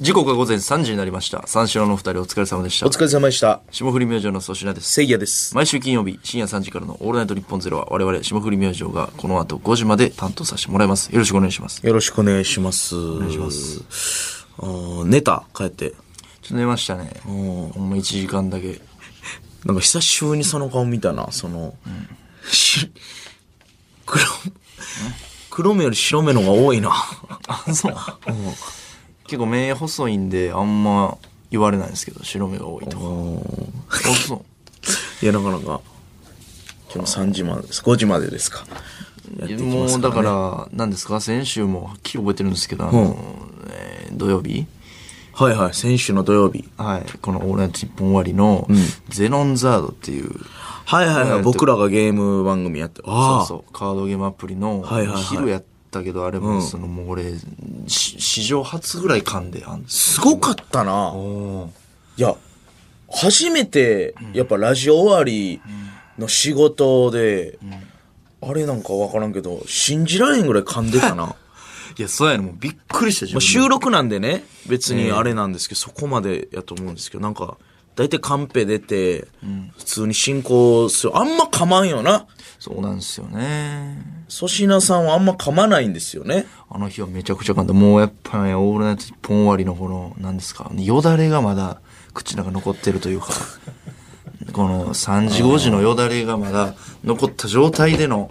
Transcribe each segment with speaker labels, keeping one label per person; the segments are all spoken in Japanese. Speaker 1: 時刻は午前3時になりました。三四郎のお二人お疲れ様でし
Speaker 2: お
Speaker 1: た。
Speaker 2: 疲れ様でした。
Speaker 1: 霜降り明星の粗品です。
Speaker 2: せいやです。
Speaker 1: 毎週金曜日深夜3時からのオールナイト日本ゼロは我々霜降り明星がこの後5時まで担当させてもらいます。よろしくお願いします。ちょ
Speaker 2: よろしくお願いします。お願いします。寝た帰って。
Speaker 1: っと寝ましたね。ほんま1時間だけ。
Speaker 2: なんか久しぶりにその顔見たな、その、し黒、黒目より白目の方が多いな。
Speaker 1: あ、 そう。結構目細いんであんま言われないんですけど、白目が多いとか。あ、そう。
Speaker 2: いや、なかなか、今日3時までです。5時までですか。やっていき
Speaker 1: も
Speaker 2: ます
Speaker 1: う
Speaker 2: か
Speaker 1: だか
Speaker 2: らね
Speaker 1: ら何ですか先週もはっきり覚えてるんですけど、あのえー土曜日
Speaker 2: はいはい、先週の土曜日。
Speaker 1: はいこの「オールナイト日本終わり」の「ゼノンザード」っていう、
Speaker 2: はいはいはい、僕らがゲーム番組やって、ああ、
Speaker 1: そうそうカードゲームアプリの
Speaker 2: はいはいはい
Speaker 1: 昼やったけどあれもそのもう俺し史上初ぐらい噛んであんです
Speaker 2: すごかったな。
Speaker 1: お
Speaker 2: いや、初めて、やっぱラジオ終わりの仕事で、あれなんかわからんけど、信じられんぐらい噛んでたな。ま
Speaker 1: いやそうやねもうびっくりした自分
Speaker 2: あ
Speaker 1: で
Speaker 2: 収録なんでね、別にあれなんですけど、そこまでやと思うんですけど、なんか、大体カンペ出て、普通に進行する。あんま噛まんよな。
Speaker 1: そうなんですよね
Speaker 2: 粗品さんはあんま噛まないんですよね。
Speaker 1: あの日はめちゃくちゃ噛んだもうやっぱね「オールナイト日本終わり」のこの何ですかよだれがまだ口の中残ってるというか この3時5時のよだれがまだ残った状態での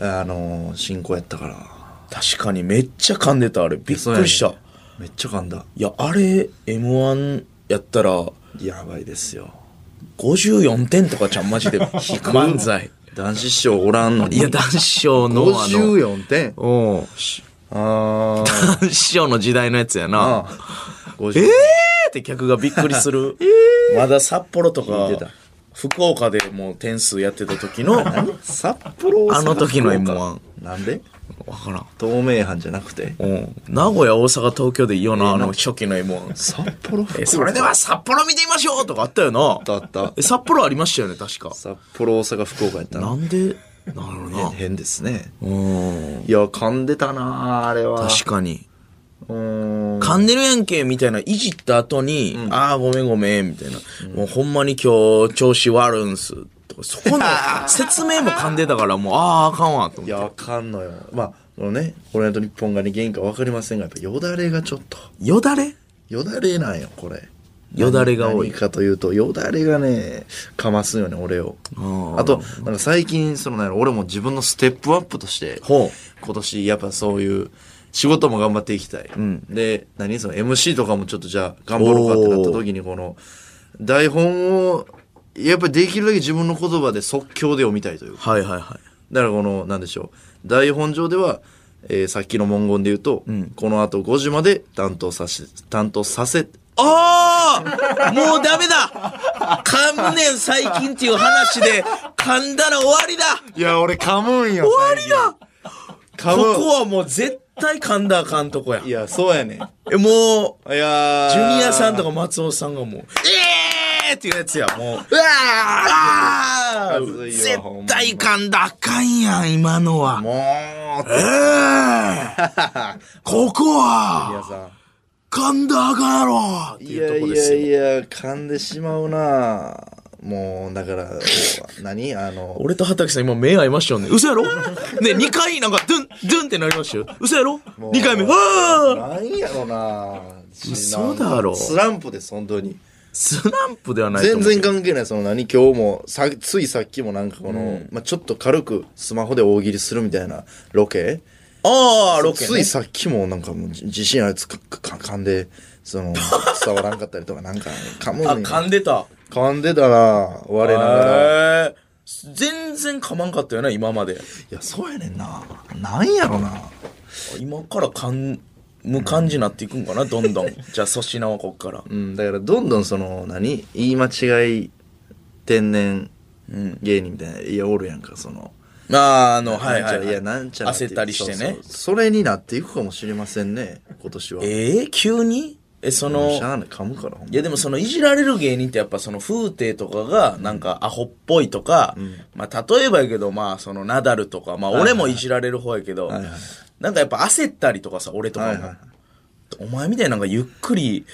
Speaker 1: あの進行やったから
Speaker 2: 確かにめっちゃ噛んでた、あれ。びっくりした。
Speaker 1: めっちゃ噛んだ
Speaker 2: いや、あれ、M1 やったら、
Speaker 1: やばいですよ
Speaker 2: 54点とかちゃん、マジで。漫才。
Speaker 1: 男子師匠おらんのに
Speaker 2: いや、男子師匠のあの、
Speaker 1: 54点
Speaker 2: うん。
Speaker 1: あー
Speaker 2: 男子師匠の時代のやつやな。えーって客がびっくりす る。まだ札幌とか
Speaker 1: 聞いてた、
Speaker 2: 福岡でもう点数やってた時の、わ
Speaker 1: 札幌
Speaker 2: あの時の M1
Speaker 1: なんで
Speaker 2: からん。
Speaker 1: 透明犯じゃなくて
Speaker 2: うん。名古屋、大阪、東京でいいよな、あの初期の M1。
Speaker 1: 札幌
Speaker 2: え、それでは札幌見てみましょうとかあったよな。あ
Speaker 1: あったあった
Speaker 2: え、札幌ありましたよね、確か。
Speaker 1: 札幌大阪福岡やったな
Speaker 2: なんで、なるな。
Speaker 1: 変ですね
Speaker 2: うん。
Speaker 1: いや噛んでたなあれは
Speaker 2: 確かに。
Speaker 1: うーん
Speaker 2: 噛んでるやんけ、みたいな、いじった後に、ああ、ごめんごめん、みたいな、もうほんまに今日、調子悪んす。とかそこ の説明も噛んでたから、もう、ああ、あかんわ、と
Speaker 1: い
Speaker 2: 思って。
Speaker 1: やあかんのよまあこのね「オールナイトニッポン」がね原因か分かりませんがやっぱよだれがちょっと
Speaker 2: よだれ
Speaker 1: よだれなんよこれ
Speaker 2: よだれが多い
Speaker 1: 何かというとよだれがねかますよね俺を
Speaker 2: あ
Speaker 1: あとなんか最近そのなんやろ俺も自分のステップアップとして
Speaker 2: ほ
Speaker 1: 今年やっぱそういう仕事も頑張っていきたい、で何その MC とかもちょっとじゃあ頑張ろうかってなった時にこの台本をやっぱりできるだけ自分の言葉で即興で読みたいというか
Speaker 2: はいはいは
Speaker 1: だからこのなんでしょう台本上では、えーさっきの文言で言うと、この後5時まで担当させ担当させ
Speaker 2: ああもうダメだ噛むねん、最近っていう話で、噛んだら終わりだ
Speaker 1: いや俺噛むんよ
Speaker 2: 終わりだ
Speaker 1: 噛
Speaker 2: こ
Speaker 1: む
Speaker 2: こはもう絶対噛んだらあかんとこや
Speaker 1: い。やそうやねん
Speaker 2: え、もう、
Speaker 1: いやー
Speaker 2: ジュニアさんとか松尾さんがもう、えーっていうやつや、もう。
Speaker 1: うわー
Speaker 2: あ
Speaker 1: むずいよ
Speaker 2: 絶対噛んだらあかんやん、今のは。
Speaker 1: もう
Speaker 2: えー、ここは、
Speaker 1: さ
Speaker 2: 噛んだらあかんやろって
Speaker 1: い
Speaker 2: いう
Speaker 1: や
Speaker 2: とこ
Speaker 1: い
Speaker 2: です
Speaker 1: やい
Speaker 2: よ。
Speaker 1: や噛んでしまうなもうだからこう何あの
Speaker 2: 俺と畑さん今目合いましたよね。嘘や ろね、2回なんか、ドゥン、ドゥンってなりましたよ。嘘やろ ?2 回目。ああ
Speaker 1: なんやろな
Speaker 2: 嘘だろ
Speaker 1: スランプです本当に
Speaker 2: スランプではないと
Speaker 1: 全
Speaker 2: 思う。
Speaker 1: 然関係ないその何今日もさついさっきもなんかこの、まあ、ちょっと軽くスマホで大喜利するみたいなロケ
Speaker 2: ああ、ロケ、ね。
Speaker 1: ついさっきもなんかもうじ自信あるやつかか噛んでその 伝わらんかったりとかなんか噛む
Speaker 2: あ、
Speaker 1: ん
Speaker 2: 噛
Speaker 1: や
Speaker 2: んでた。
Speaker 1: 噛んでたな我ながら
Speaker 2: へー全然噛まんかったよな、今まで。
Speaker 1: いやそうやねんななんやろな
Speaker 2: 今から噛む感じになっていくんかな、どん どん。じゃあ粗品はこっから。
Speaker 1: うん、だからどんどんその何言い間違い天然芸人みたいな、いやおるやんかその
Speaker 2: あーあの、はい
Speaker 1: なんち
Speaker 2: はい、
Speaker 1: ゃらいやなんちゃらっていう
Speaker 2: 焦ったりして
Speaker 1: そう
Speaker 2: ね
Speaker 1: そう。それになっていくかもしれませんね今年は
Speaker 2: えー、急にえ、その、
Speaker 1: しゃあない噛むからほんま
Speaker 2: いやでもそのいじられる芸人ってやっぱその風景とかがなんかアホっぽいとか、まあ例えばやけどまあそのナダルとか、まあ俺もいじられる方やけど、なんかやっぱ焦ったりとかさ、俺とかも。
Speaker 1: はいはい
Speaker 2: お前みたいなんかゆっくり、い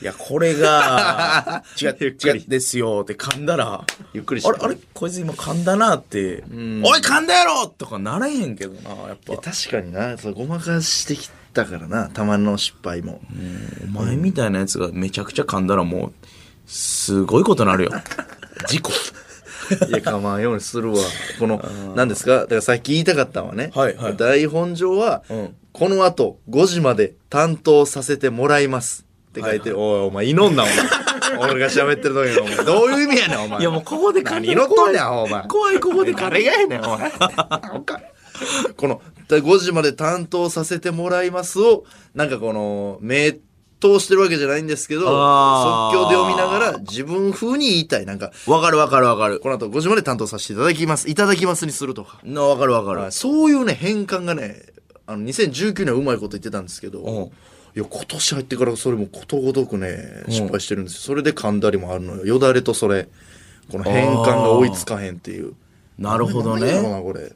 Speaker 2: や、これが、違う、
Speaker 1: ゆっく
Speaker 2: 違
Speaker 1: り
Speaker 2: うですよって噛んだら、
Speaker 1: ゆっくりして
Speaker 2: あれ、あれ、こいつ今噛んだなって、おい噛んだやろとかなれへんけどな、やっぱ。
Speaker 1: 確かにな、そうごまかしてきたからな、たまの失敗も。
Speaker 2: お前みたいなやつがめちゃくちゃ噛んだらもう、すごいことなるよ。 事故。
Speaker 1: いや、構わんようにするわ。この、何ですかだからさっき言いたかったのはね。
Speaker 2: はいはい
Speaker 1: 台本上は、
Speaker 2: ん
Speaker 1: この後5時まで担当させてもらいます。って書いて、おい、お前、祈んな、お 前。俺が喋ってる時の、お前。どういう意味やねん、お前。
Speaker 2: いやもうここで噛
Speaker 1: 何
Speaker 2: んだ
Speaker 1: 祈
Speaker 2: ら
Speaker 1: っとんねん、
Speaker 2: 怖い
Speaker 1: お前。
Speaker 2: 怖い、ここで噛んだ
Speaker 1: 誰がやねん、 お前。おかこの、5時まで担当させてもらいますを、なんかこの、目通してるわけじゃないんですけど、即
Speaker 2: あー
Speaker 1: 興で読みながら自分風に言いたい。なんか、
Speaker 2: わかるわかるわかる。
Speaker 1: この後5時まで担当させていただきます。いただきますにするとか。
Speaker 2: な、わかるわかる。
Speaker 1: そういうね、変換がね、あの、2019年はうまいこと言ってたんですけど、
Speaker 2: うん
Speaker 1: いや、今年入ってからそれもことごとくね、失敗してるんですよ。それで噛んだりもあるのよ。よだれとそれ。この変換が追いつかへんっていう。
Speaker 2: なるほど
Speaker 1: なんやろ
Speaker 2: ね。
Speaker 1: な、これ。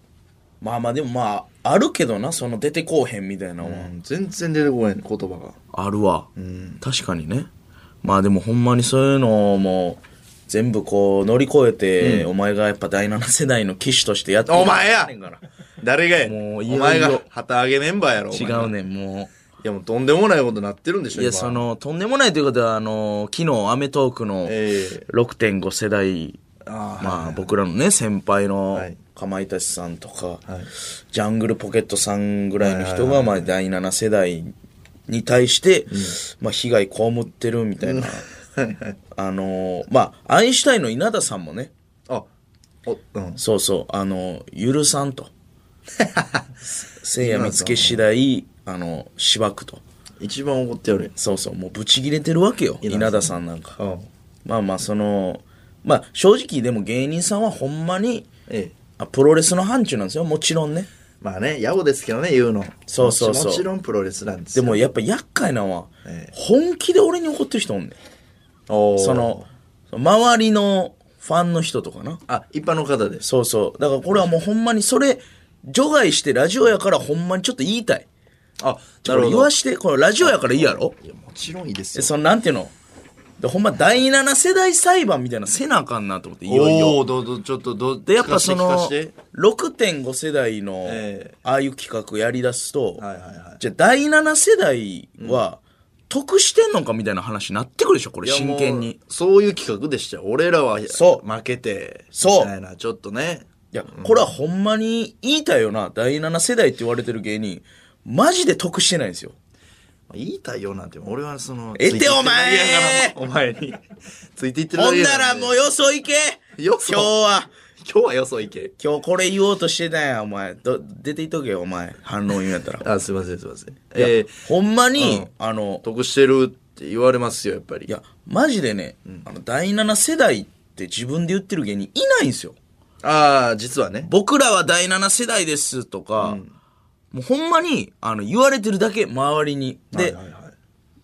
Speaker 2: まあまあでもまあ、あるけどな、その出てこうへんみたいなのは。
Speaker 1: うん全然出てこへん、言葉が。
Speaker 2: あるわ、確かにねまあでもほんまにそういうのも全部こう乗り越えて、お前がやっぱ第7世代の騎士としてやって
Speaker 1: お前や
Speaker 2: ねんから
Speaker 1: 誰がや
Speaker 2: も
Speaker 1: お
Speaker 2: ういよいよ
Speaker 1: 前が旗揚げメンバーやろ。お前
Speaker 2: 違うねんも
Speaker 1: いや、もうとんでもないことなってるんでし
Speaker 2: う
Speaker 1: ょ、
Speaker 2: いや
Speaker 1: 今
Speaker 2: そ。のとんでもないということはあの昨日『アメトーク』の
Speaker 1: ええ
Speaker 2: 6.5世代、
Speaker 1: ああ、
Speaker 2: まあ僕らのね先輩の
Speaker 1: はい
Speaker 2: かまいたちさんとか、
Speaker 1: い
Speaker 2: ジャングルポケットさんぐらいの人がまあ第7世代に対して、まあ被害被ってるみたいな。
Speaker 1: はいはい。
Speaker 2: あのーまあ、アインシュタインの稲田さんもね、
Speaker 1: あ、お、うん。
Speaker 2: そうそう、あのー許さん と。せいや見つけ次第、あのーしばくと。
Speaker 1: 一番怒ってやるやん。
Speaker 2: そうそう、もうブチ切れてるわけよ、稲田さんなんか。
Speaker 1: うん。
Speaker 2: まあまあ、その、まあ、正直でも芸人さんはほんまに、
Speaker 1: ええ。
Speaker 2: あプロレスの範疇なんですよ、もちろんね。
Speaker 1: まあね、野暮ですけどね、言うの。
Speaker 2: そうそうそう
Speaker 1: もちろんプロレスなんです
Speaker 2: で
Speaker 1: よ。
Speaker 2: もやっぱ厄介なのは、
Speaker 1: ええ
Speaker 2: 本気で俺に怒ってる人おんねん。
Speaker 1: も
Speaker 2: その、周りのファンの人とかな。
Speaker 1: あ、一般の方です。
Speaker 2: そうそう。だからこれはもうほんまにそれ、除外してラジオやからほんまにちょっと言いたい。
Speaker 1: あ、
Speaker 2: ちょっと言わして、これラジオやからいいやろ
Speaker 1: いや、もちろんいいです
Speaker 2: で
Speaker 1: よ。
Speaker 2: そのなんていうのでほんま第7世代裁判みたいなせなあかんなと思って、いよいよ。
Speaker 1: おーどうどうちょっと、どう
Speaker 2: で、やっぱそ
Speaker 1: 聞か
Speaker 2: の、
Speaker 1: せて聞か
Speaker 2: 6.5世代の
Speaker 1: ええ、
Speaker 2: ああいう企画やりだす
Speaker 1: は
Speaker 2: と、
Speaker 1: いはいはい
Speaker 2: じゃあ第7世代は、得してんのかみたいな話になってくるでしょ、これ
Speaker 1: せていやも
Speaker 2: 真
Speaker 1: う
Speaker 2: 剣に。い
Speaker 1: そういう企画でしたよ。俺らは、
Speaker 2: そう
Speaker 1: 負けて、
Speaker 2: そう
Speaker 1: みたいな、ちょっとね。
Speaker 2: や、これはほんまに言いたいよな、第7世代って言われてる芸人、マジで得してないんですよ。
Speaker 1: 言いたいよなんて、俺はその、
Speaker 2: えて
Speaker 1: つい
Speaker 2: お前
Speaker 1: ってるだけやからお前に。 ついていってるだ
Speaker 2: ほ
Speaker 1: け
Speaker 2: ん
Speaker 1: や
Speaker 2: な
Speaker 1: から
Speaker 2: もうよそ行け
Speaker 1: よ
Speaker 2: 今
Speaker 1: そ
Speaker 2: 日は、
Speaker 1: 今日はよそ行け。
Speaker 2: 今日これ言おうとしてたやん、お前。ど出ていっとけよ、お前。反論言うんやったら。
Speaker 1: あ、すいません、すいません。
Speaker 2: いや
Speaker 1: えー、
Speaker 2: ほんまに、あの、
Speaker 1: 得してるって言われますよ、やっぱり。
Speaker 2: いや、マジでね、あの、第7世代って自分で言ってる芸人いないんですよ。
Speaker 1: ああ、実はね。
Speaker 2: 僕らは第7世代ですとか、もうほんまに、あの、言われてるだけ、周りに。で、
Speaker 1: はいはいはい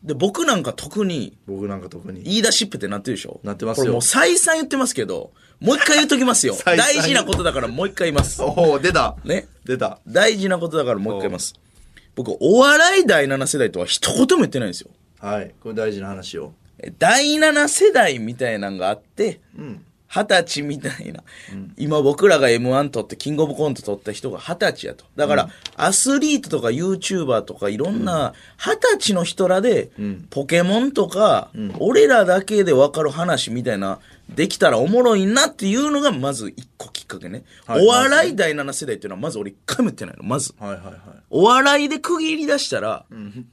Speaker 2: で、僕なんか特に、
Speaker 1: 僕なんか特に。
Speaker 2: 言い出しっぺってなってるでしょ
Speaker 1: なってますよ
Speaker 2: これもう再三言ってますけど、もう一回言っときますよ。
Speaker 1: 再三
Speaker 2: 大事なことだからもう一回言い ます。
Speaker 1: おお、出た。
Speaker 2: ね。
Speaker 1: 出た。
Speaker 2: 大事なことだからもう一回言います。僕、お笑い第7世代とは一言も言ってないんですよ。
Speaker 1: はい。これ大事な話を。
Speaker 2: え第7世代みたいなんがあって、
Speaker 1: ん
Speaker 2: 二十歳みたいな、今僕らが M1 取って、キングオブコント取った人が二十歳やと。だから、アスリートとか YouTuber とかいろんな二十歳の人らで、ポケモンとか、俺らだけで分かる話みたいな、できたらおもろいなっていうのがまず一個きっかけね。
Speaker 1: はい
Speaker 2: お笑い第7世代っていうのはまず俺一回も言ってないの、まず。
Speaker 1: はいはいはい。
Speaker 2: お笑いで区切り出したら、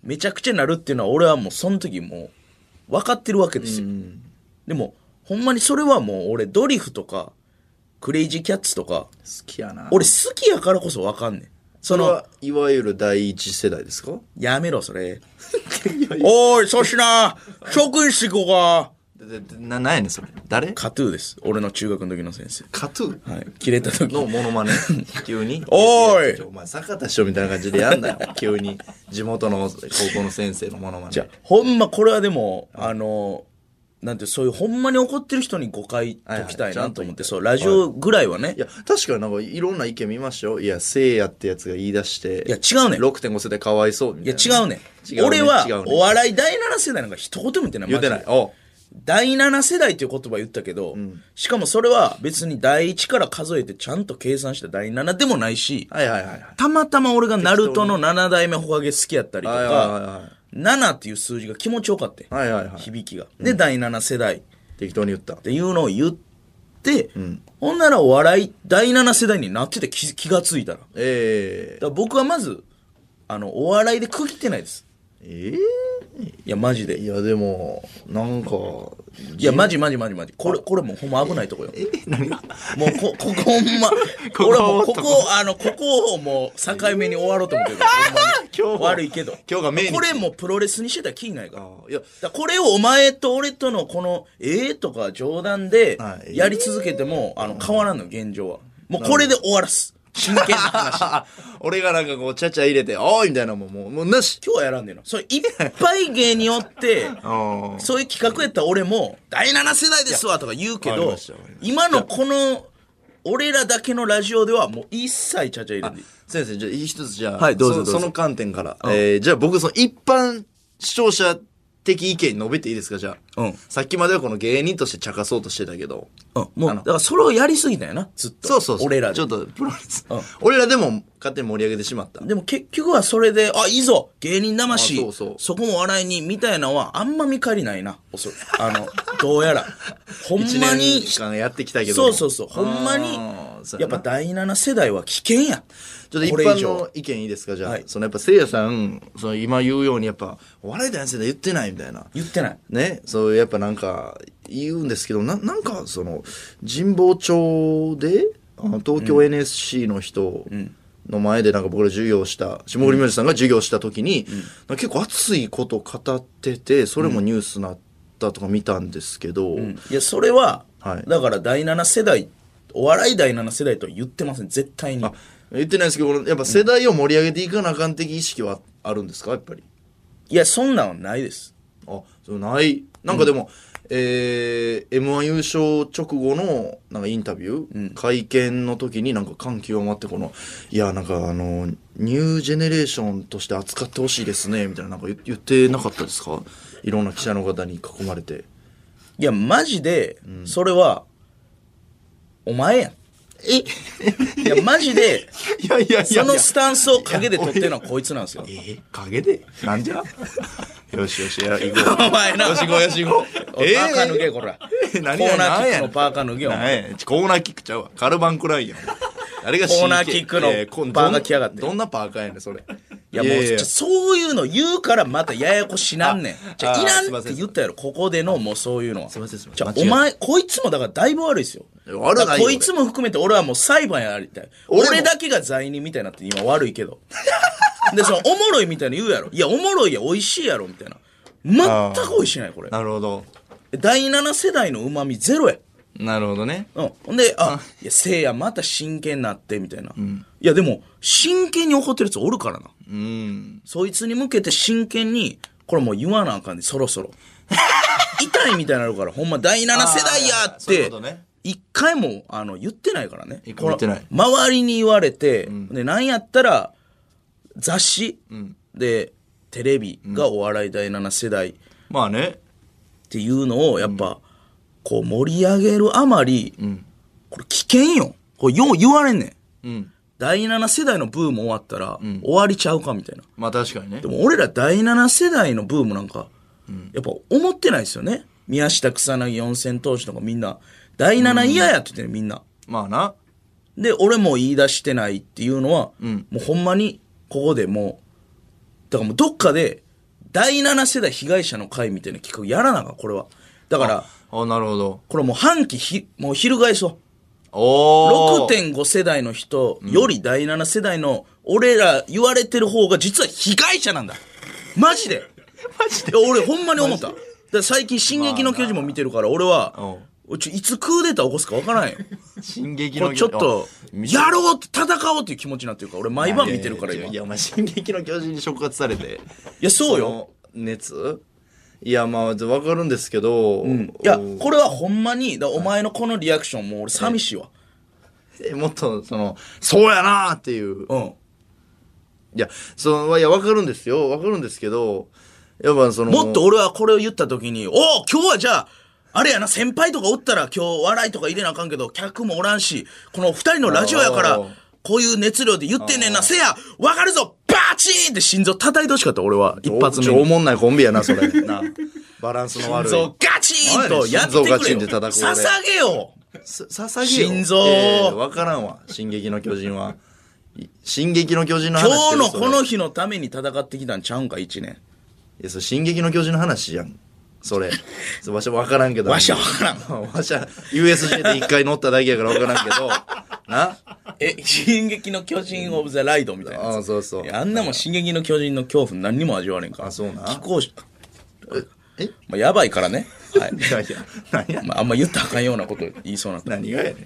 Speaker 2: めちゃくちゃなるっていうのは俺はもうその時もう分かってるわけですよ。でも、ほんまにそれはもう俺ドリフとか、クレイジーキャッツとか、
Speaker 1: 好きやな。
Speaker 2: 俺、好きやからこそ分かんねん。そ
Speaker 1: それ
Speaker 2: の
Speaker 1: は、、いわゆる第一世代ですか
Speaker 2: やめろそ れ。
Speaker 1: いやいや
Speaker 2: おい、粗品、職員してこうか。
Speaker 1: ででな、なんやねん、それ。誰
Speaker 2: カトゥーです。俺の中学の時の先生。
Speaker 1: カトゥー
Speaker 2: はい。切れた時
Speaker 1: のモノ マネ。急に。
Speaker 2: おーい
Speaker 1: やちょお前、坂田師匠みたいな感じでやんなよ。 急に。地元の高校の先生のモノマネ。
Speaker 2: じゃあほんまこれはでも、あの、なんて、そういう、ほんまに怒ってる人に誤解解きた
Speaker 1: はいはい
Speaker 2: い
Speaker 1: ちゃ
Speaker 2: なん
Speaker 1: と
Speaker 2: と思って、そう、ラジオぐらいはね
Speaker 1: い、や、確かになんかいろんな意見見ましたよ。いや、せいやってやつが言い出して。
Speaker 2: いや違うねん
Speaker 1: 6.5世代かわいそうみ
Speaker 2: い
Speaker 1: た
Speaker 2: や
Speaker 1: いな。
Speaker 2: 違うね。
Speaker 1: 違うんね
Speaker 2: 俺は
Speaker 1: 違うね
Speaker 2: お笑い第7世代なんか一言も言ってない。
Speaker 1: 言っ
Speaker 2: マジ
Speaker 1: てな
Speaker 2: で
Speaker 1: い。お
Speaker 2: 第7世代という言葉言ったけど、しかもそれは別に第1から数えてちゃんと計算した第7でもないし、
Speaker 1: はいはいはいはい。
Speaker 2: たまたま俺がナルトの7代目ホカゲ好きやったりと
Speaker 1: はいはいはいは
Speaker 2: か、7っていう数字が気持ちよかったよ。
Speaker 1: はいはいはい。
Speaker 2: 響きが。で、第7世代っ
Speaker 1: 適当に言った。
Speaker 2: ていうのを言って、ほんならお笑い第7世代になってて気気がついたら。だか
Speaker 1: ええ
Speaker 2: ら僕はまず、あの、お笑いで区切ってないです。
Speaker 1: ええ
Speaker 2: いや、マジで
Speaker 1: い。や、でも、なんか、
Speaker 2: いや、マジマジマジマジ。これ、これもうほんま危ないとこよ。
Speaker 1: え、何が
Speaker 2: もう こ、ここほんま、
Speaker 1: こ
Speaker 2: 俺もうこ
Speaker 1: こ
Speaker 2: こ、あの、ここをもう境目に終わろうと思ってるから、ほんまに。
Speaker 1: 今 日
Speaker 2: 悪いけど。
Speaker 1: 今日がメイン。
Speaker 2: これもうプロレスにしてたら気ないから。だか
Speaker 1: あいや、
Speaker 2: らこれをお前と俺とのこの、ええとか冗談で
Speaker 1: はい
Speaker 2: やり続けても、あの、変わらんの、現状は。もうこれで終わらす。真剣 な話。
Speaker 1: あ俺がなんかこう、ちゃちゃ入れて、おーいみたいなもん、もう、もうなし
Speaker 2: 今日はやらんでな。それいっぱい芸によって、
Speaker 1: ああ。
Speaker 2: そういう企画やったら俺も、第7世代ですわとか言うけ
Speaker 1: いやわかり
Speaker 2: ど
Speaker 1: ましたわかり、ま
Speaker 2: 今のこの、俺らだけのラジオではもう一切ちゃちゃ入れて。
Speaker 1: 先生、じゃあ一つじゃあ、
Speaker 2: はいどうぞ
Speaker 1: その
Speaker 2: どうぞ
Speaker 1: その観点から。えー、じゃあ僕、その一般視聴者的意見述べていいですか、じゃあ。
Speaker 2: うん
Speaker 1: さっきまではこの芸人として茶化そうとしてたけど。
Speaker 2: うん、もう、
Speaker 1: あの
Speaker 2: だからそれをやりすぎたよな、ずっと。
Speaker 1: そうそうそう。
Speaker 2: 俺ら
Speaker 1: ち
Speaker 2: で
Speaker 1: ょっ。と、プロレス
Speaker 2: うん。
Speaker 1: 俺らでも勝手に盛り上げてしまった。
Speaker 2: でも結局はそれで、あ、いいぞ芸人魂
Speaker 1: あそうそう
Speaker 2: こも笑いに、みたいなのはあんま見返りないな、おそあの、ど うやら。ほん
Speaker 1: 一
Speaker 2: ま
Speaker 1: 年
Speaker 2: に、
Speaker 1: 間やってきたけど。
Speaker 2: そうそうそう、ほんまに
Speaker 1: あー、そうや
Speaker 2: やっ
Speaker 1: な
Speaker 2: ぱ第7世代は危険や。
Speaker 1: ちょっと一
Speaker 2: これ以
Speaker 1: 般
Speaker 2: 上
Speaker 1: の意見いいですかじゃあ、
Speaker 2: はい
Speaker 1: そのやっぱせいやさん、その今言うようにやっぱ、お笑い男性で言ってないみたいな。
Speaker 2: 言ってない。
Speaker 1: ね、そうやっぱなんか言うんですけどななんかその神保町であの東京 NSC の人の前でなんか僕ら授業した下堀明治さんが授業した時に、なんか結構熱いこと語っててそれもニュースなったとか見たんですけど、
Speaker 2: いや、それは、
Speaker 1: はい
Speaker 2: だから第7世代、お笑い第7世代とは言ってません、絶対に。
Speaker 1: 言ってないですけどやっぱ世代を盛り上げていかなあかん的意識はあるんですかやっぱり。
Speaker 2: いや、そんなんはないです。
Speaker 1: あそうないなんかでも、えー、m 1優勝直後のなんかインタビュー、会見の時になんか感極まってこのいやなんかあのニュージェネレーションとして扱ってほしいですねみたいななんか言言ってなかったですかいろんな記者の方に囲まれて
Speaker 2: いや、マジで、それは、お前やん。
Speaker 1: え
Speaker 2: いや、マジで、
Speaker 1: いやいやいや
Speaker 2: そのスタンスを陰で取ってるのはこいつなんで すよ。
Speaker 1: え影でなんじゃ よしよしや行こ
Speaker 2: お前な。
Speaker 1: うよし行こうよし 行こう
Speaker 2: おいパーカー脱げ、こら。
Speaker 1: え 何
Speaker 2: コーナー
Speaker 1: 何
Speaker 2: キッ
Speaker 1: やね
Speaker 2: クの
Speaker 1: ん
Speaker 2: パーカー脱げ、お前
Speaker 1: なんやねんコーナーキックちゃうわ。カルバンクラ イやん。あれが CK
Speaker 2: コーナーキックの
Speaker 1: こん
Speaker 2: パーカー着やがって
Speaker 1: どんどんなパーカーやねん、それ。
Speaker 2: いやもうちょそういうの言うからまたややこしなんねん。じゃ
Speaker 1: あ
Speaker 2: あいら
Speaker 1: すい
Speaker 2: ん
Speaker 1: ま
Speaker 2: っ
Speaker 1: せん
Speaker 2: て言ったやろ、ここでのもうそういうのは。
Speaker 1: すいませんすいません
Speaker 2: じゃ
Speaker 1: 間違
Speaker 2: あお
Speaker 1: えた
Speaker 2: 前、こいつもだからだいぶ悪いですよ。
Speaker 1: いや悪ないよ
Speaker 2: だからこいつも含めて俺はもう裁判やりたい。
Speaker 1: 俺も
Speaker 2: 俺だけが罪人みたいになって今悪いけど。 で、そのおもろいみたいに言うやろ。いや、おもろいや、美味しいやろ、みたいな。全く美味しいない、これ。
Speaker 1: なるほど。
Speaker 2: 第7世代の旨味ゼロや。
Speaker 1: なるほどね。
Speaker 2: うん。ほんで、あ、いや、せいや、また真剣になって、みたいな。いや、でも、真剣に怒ってるやつおるからな。
Speaker 1: うん。
Speaker 2: そいつに向けて真剣に、これもう言わなあかんねそ ろそろ。痛いみたいになるから、ほんま第7世代や
Speaker 1: あー
Speaker 2: っ
Speaker 1: そういう
Speaker 2: て
Speaker 1: ことね、
Speaker 2: 一回も、あの、言ってないからね。
Speaker 1: 一回も言ってない
Speaker 2: この周りに言われて、で、なんやったら、雑誌、で、テレビがお笑い第7世代、
Speaker 1: まあね。
Speaker 2: っていうのをやっぱ、こう盛り上げるあまり、これ危険よこれよう言われんねん
Speaker 1: うん。
Speaker 2: 第7世代のブーム終わったら、終わりちゃうかみたいな
Speaker 1: まあ確かにね
Speaker 2: で。も俺ら第7世代のブームなんか、やっぱ思ってないですよね宮下草薙四千投手とかみんな第7嫌やって言ってねみんな
Speaker 1: まあな。
Speaker 2: で俺も言い出してないっていうのは、もうほんまにここでもうだからもうどっかで第7世代被害者の会みたいな企画やらなあかんこれはだから
Speaker 1: あ、なるほど。
Speaker 2: これもう半期ひ、もう翻そう。
Speaker 1: おー。
Speaker 2: 6.5世代の人より第7世代の俺ら言われてる方が実は被害者なんだ。マジで。 マジで俺ほんまに思った。だから最近進撃の巨人も見てるから俺は、ちょいつクーデター起こすかわから んよ。
Speaker 1: 進撃
Speaker 2: こ
Speaker 1: の
Speaker 2: れちょっと、やろうって戦おうっていう気持ちになってるから、俺毎
Speaker 1: 今
Speaker 2: 晩見てるから今。
Speaker 1: い
Speaker 2: いや、
Speaker 1: や、お前、進撃の巨人に触発されて。
Speaker 2: そうよ。
Speaker 1: の熱いや、まあ、わかるんですけど、
Speaker 2: うんいや
Speaker 1: お
Speaker 2: これはほんまにだお前のこのリアクションもう俺寂しいわ
Speaker 1: えもっと、その、そうやなーっていう。
Speaker 2: うん
Speaker 1: いや、その、いや、わかるんですよ。わかるんですけど、やっぱその、
Speaker 2: もっと俺はこれを言った時に、おお今日はじゃあ、あれやな、先輩とかおったら今日笑いとか入れなあかんけど、客もおらんし、この二人のラジオやから
Speaker 1: あー、
Speaker 2: こういう熱量で言ってんねんな、せやわかるぞバチーンって心臓叩いてほしかった、俺は。一
Speaker 1: 一
Speaker 2: 発
Speaker 1: 発
Speaker 2: 目
Speaker 1: 目。お
Speaker 2: に。
Speaker 1: もんないコンビやな、それ。な。バランスの悪い。
Speaker 2: 心臓ガチーンとやって
Speaker 1: 心臓ガ
Speaker 2: くれ
Speaker 1: チン
Speaker 2: よ。
Speaker 1: で叩く俺
Speaker 2: 捧げよ
Speaker 1: さ捧げよ
Speaker 2: 心臓
Speaker 1: ええわ、からんわ「進撃の巨人は」い進撃の巨人の話
Speaker 2: 今日の
Speaker 1: して
Speaker 2: こ
Speaker 1: る
Speaker 2: の
Speaker 1: それ
Speaker 2: 日のために戦ってきたんちゃうんか、一年。
Speaker 1: いやそれ進撃の巨人の話やんそれそうわしゃわからんけど
Speaker 2: わしゃわからん。
Speaker 1: んわしゃ USJ で一回乗っただけやからわからんけどな
Speaker 2: え、 進撃の巨人オブザライドみたいなやつ。
Speaker 1: ああそうそう
Speaker 2: いやあんなもん進撃の巨人の恐怖何にも味わわれんから。
Speaker 1: あそうな
Speaker 2: 気候し
Speaker 1: えい
Speaker 2: まあ、やばいからね。はい。
Speaker 1: やいや何や
Speaker 2: まあ、あんま言ったらあかんようなこと言いそうになった。
Speaker 1: 何がやねん、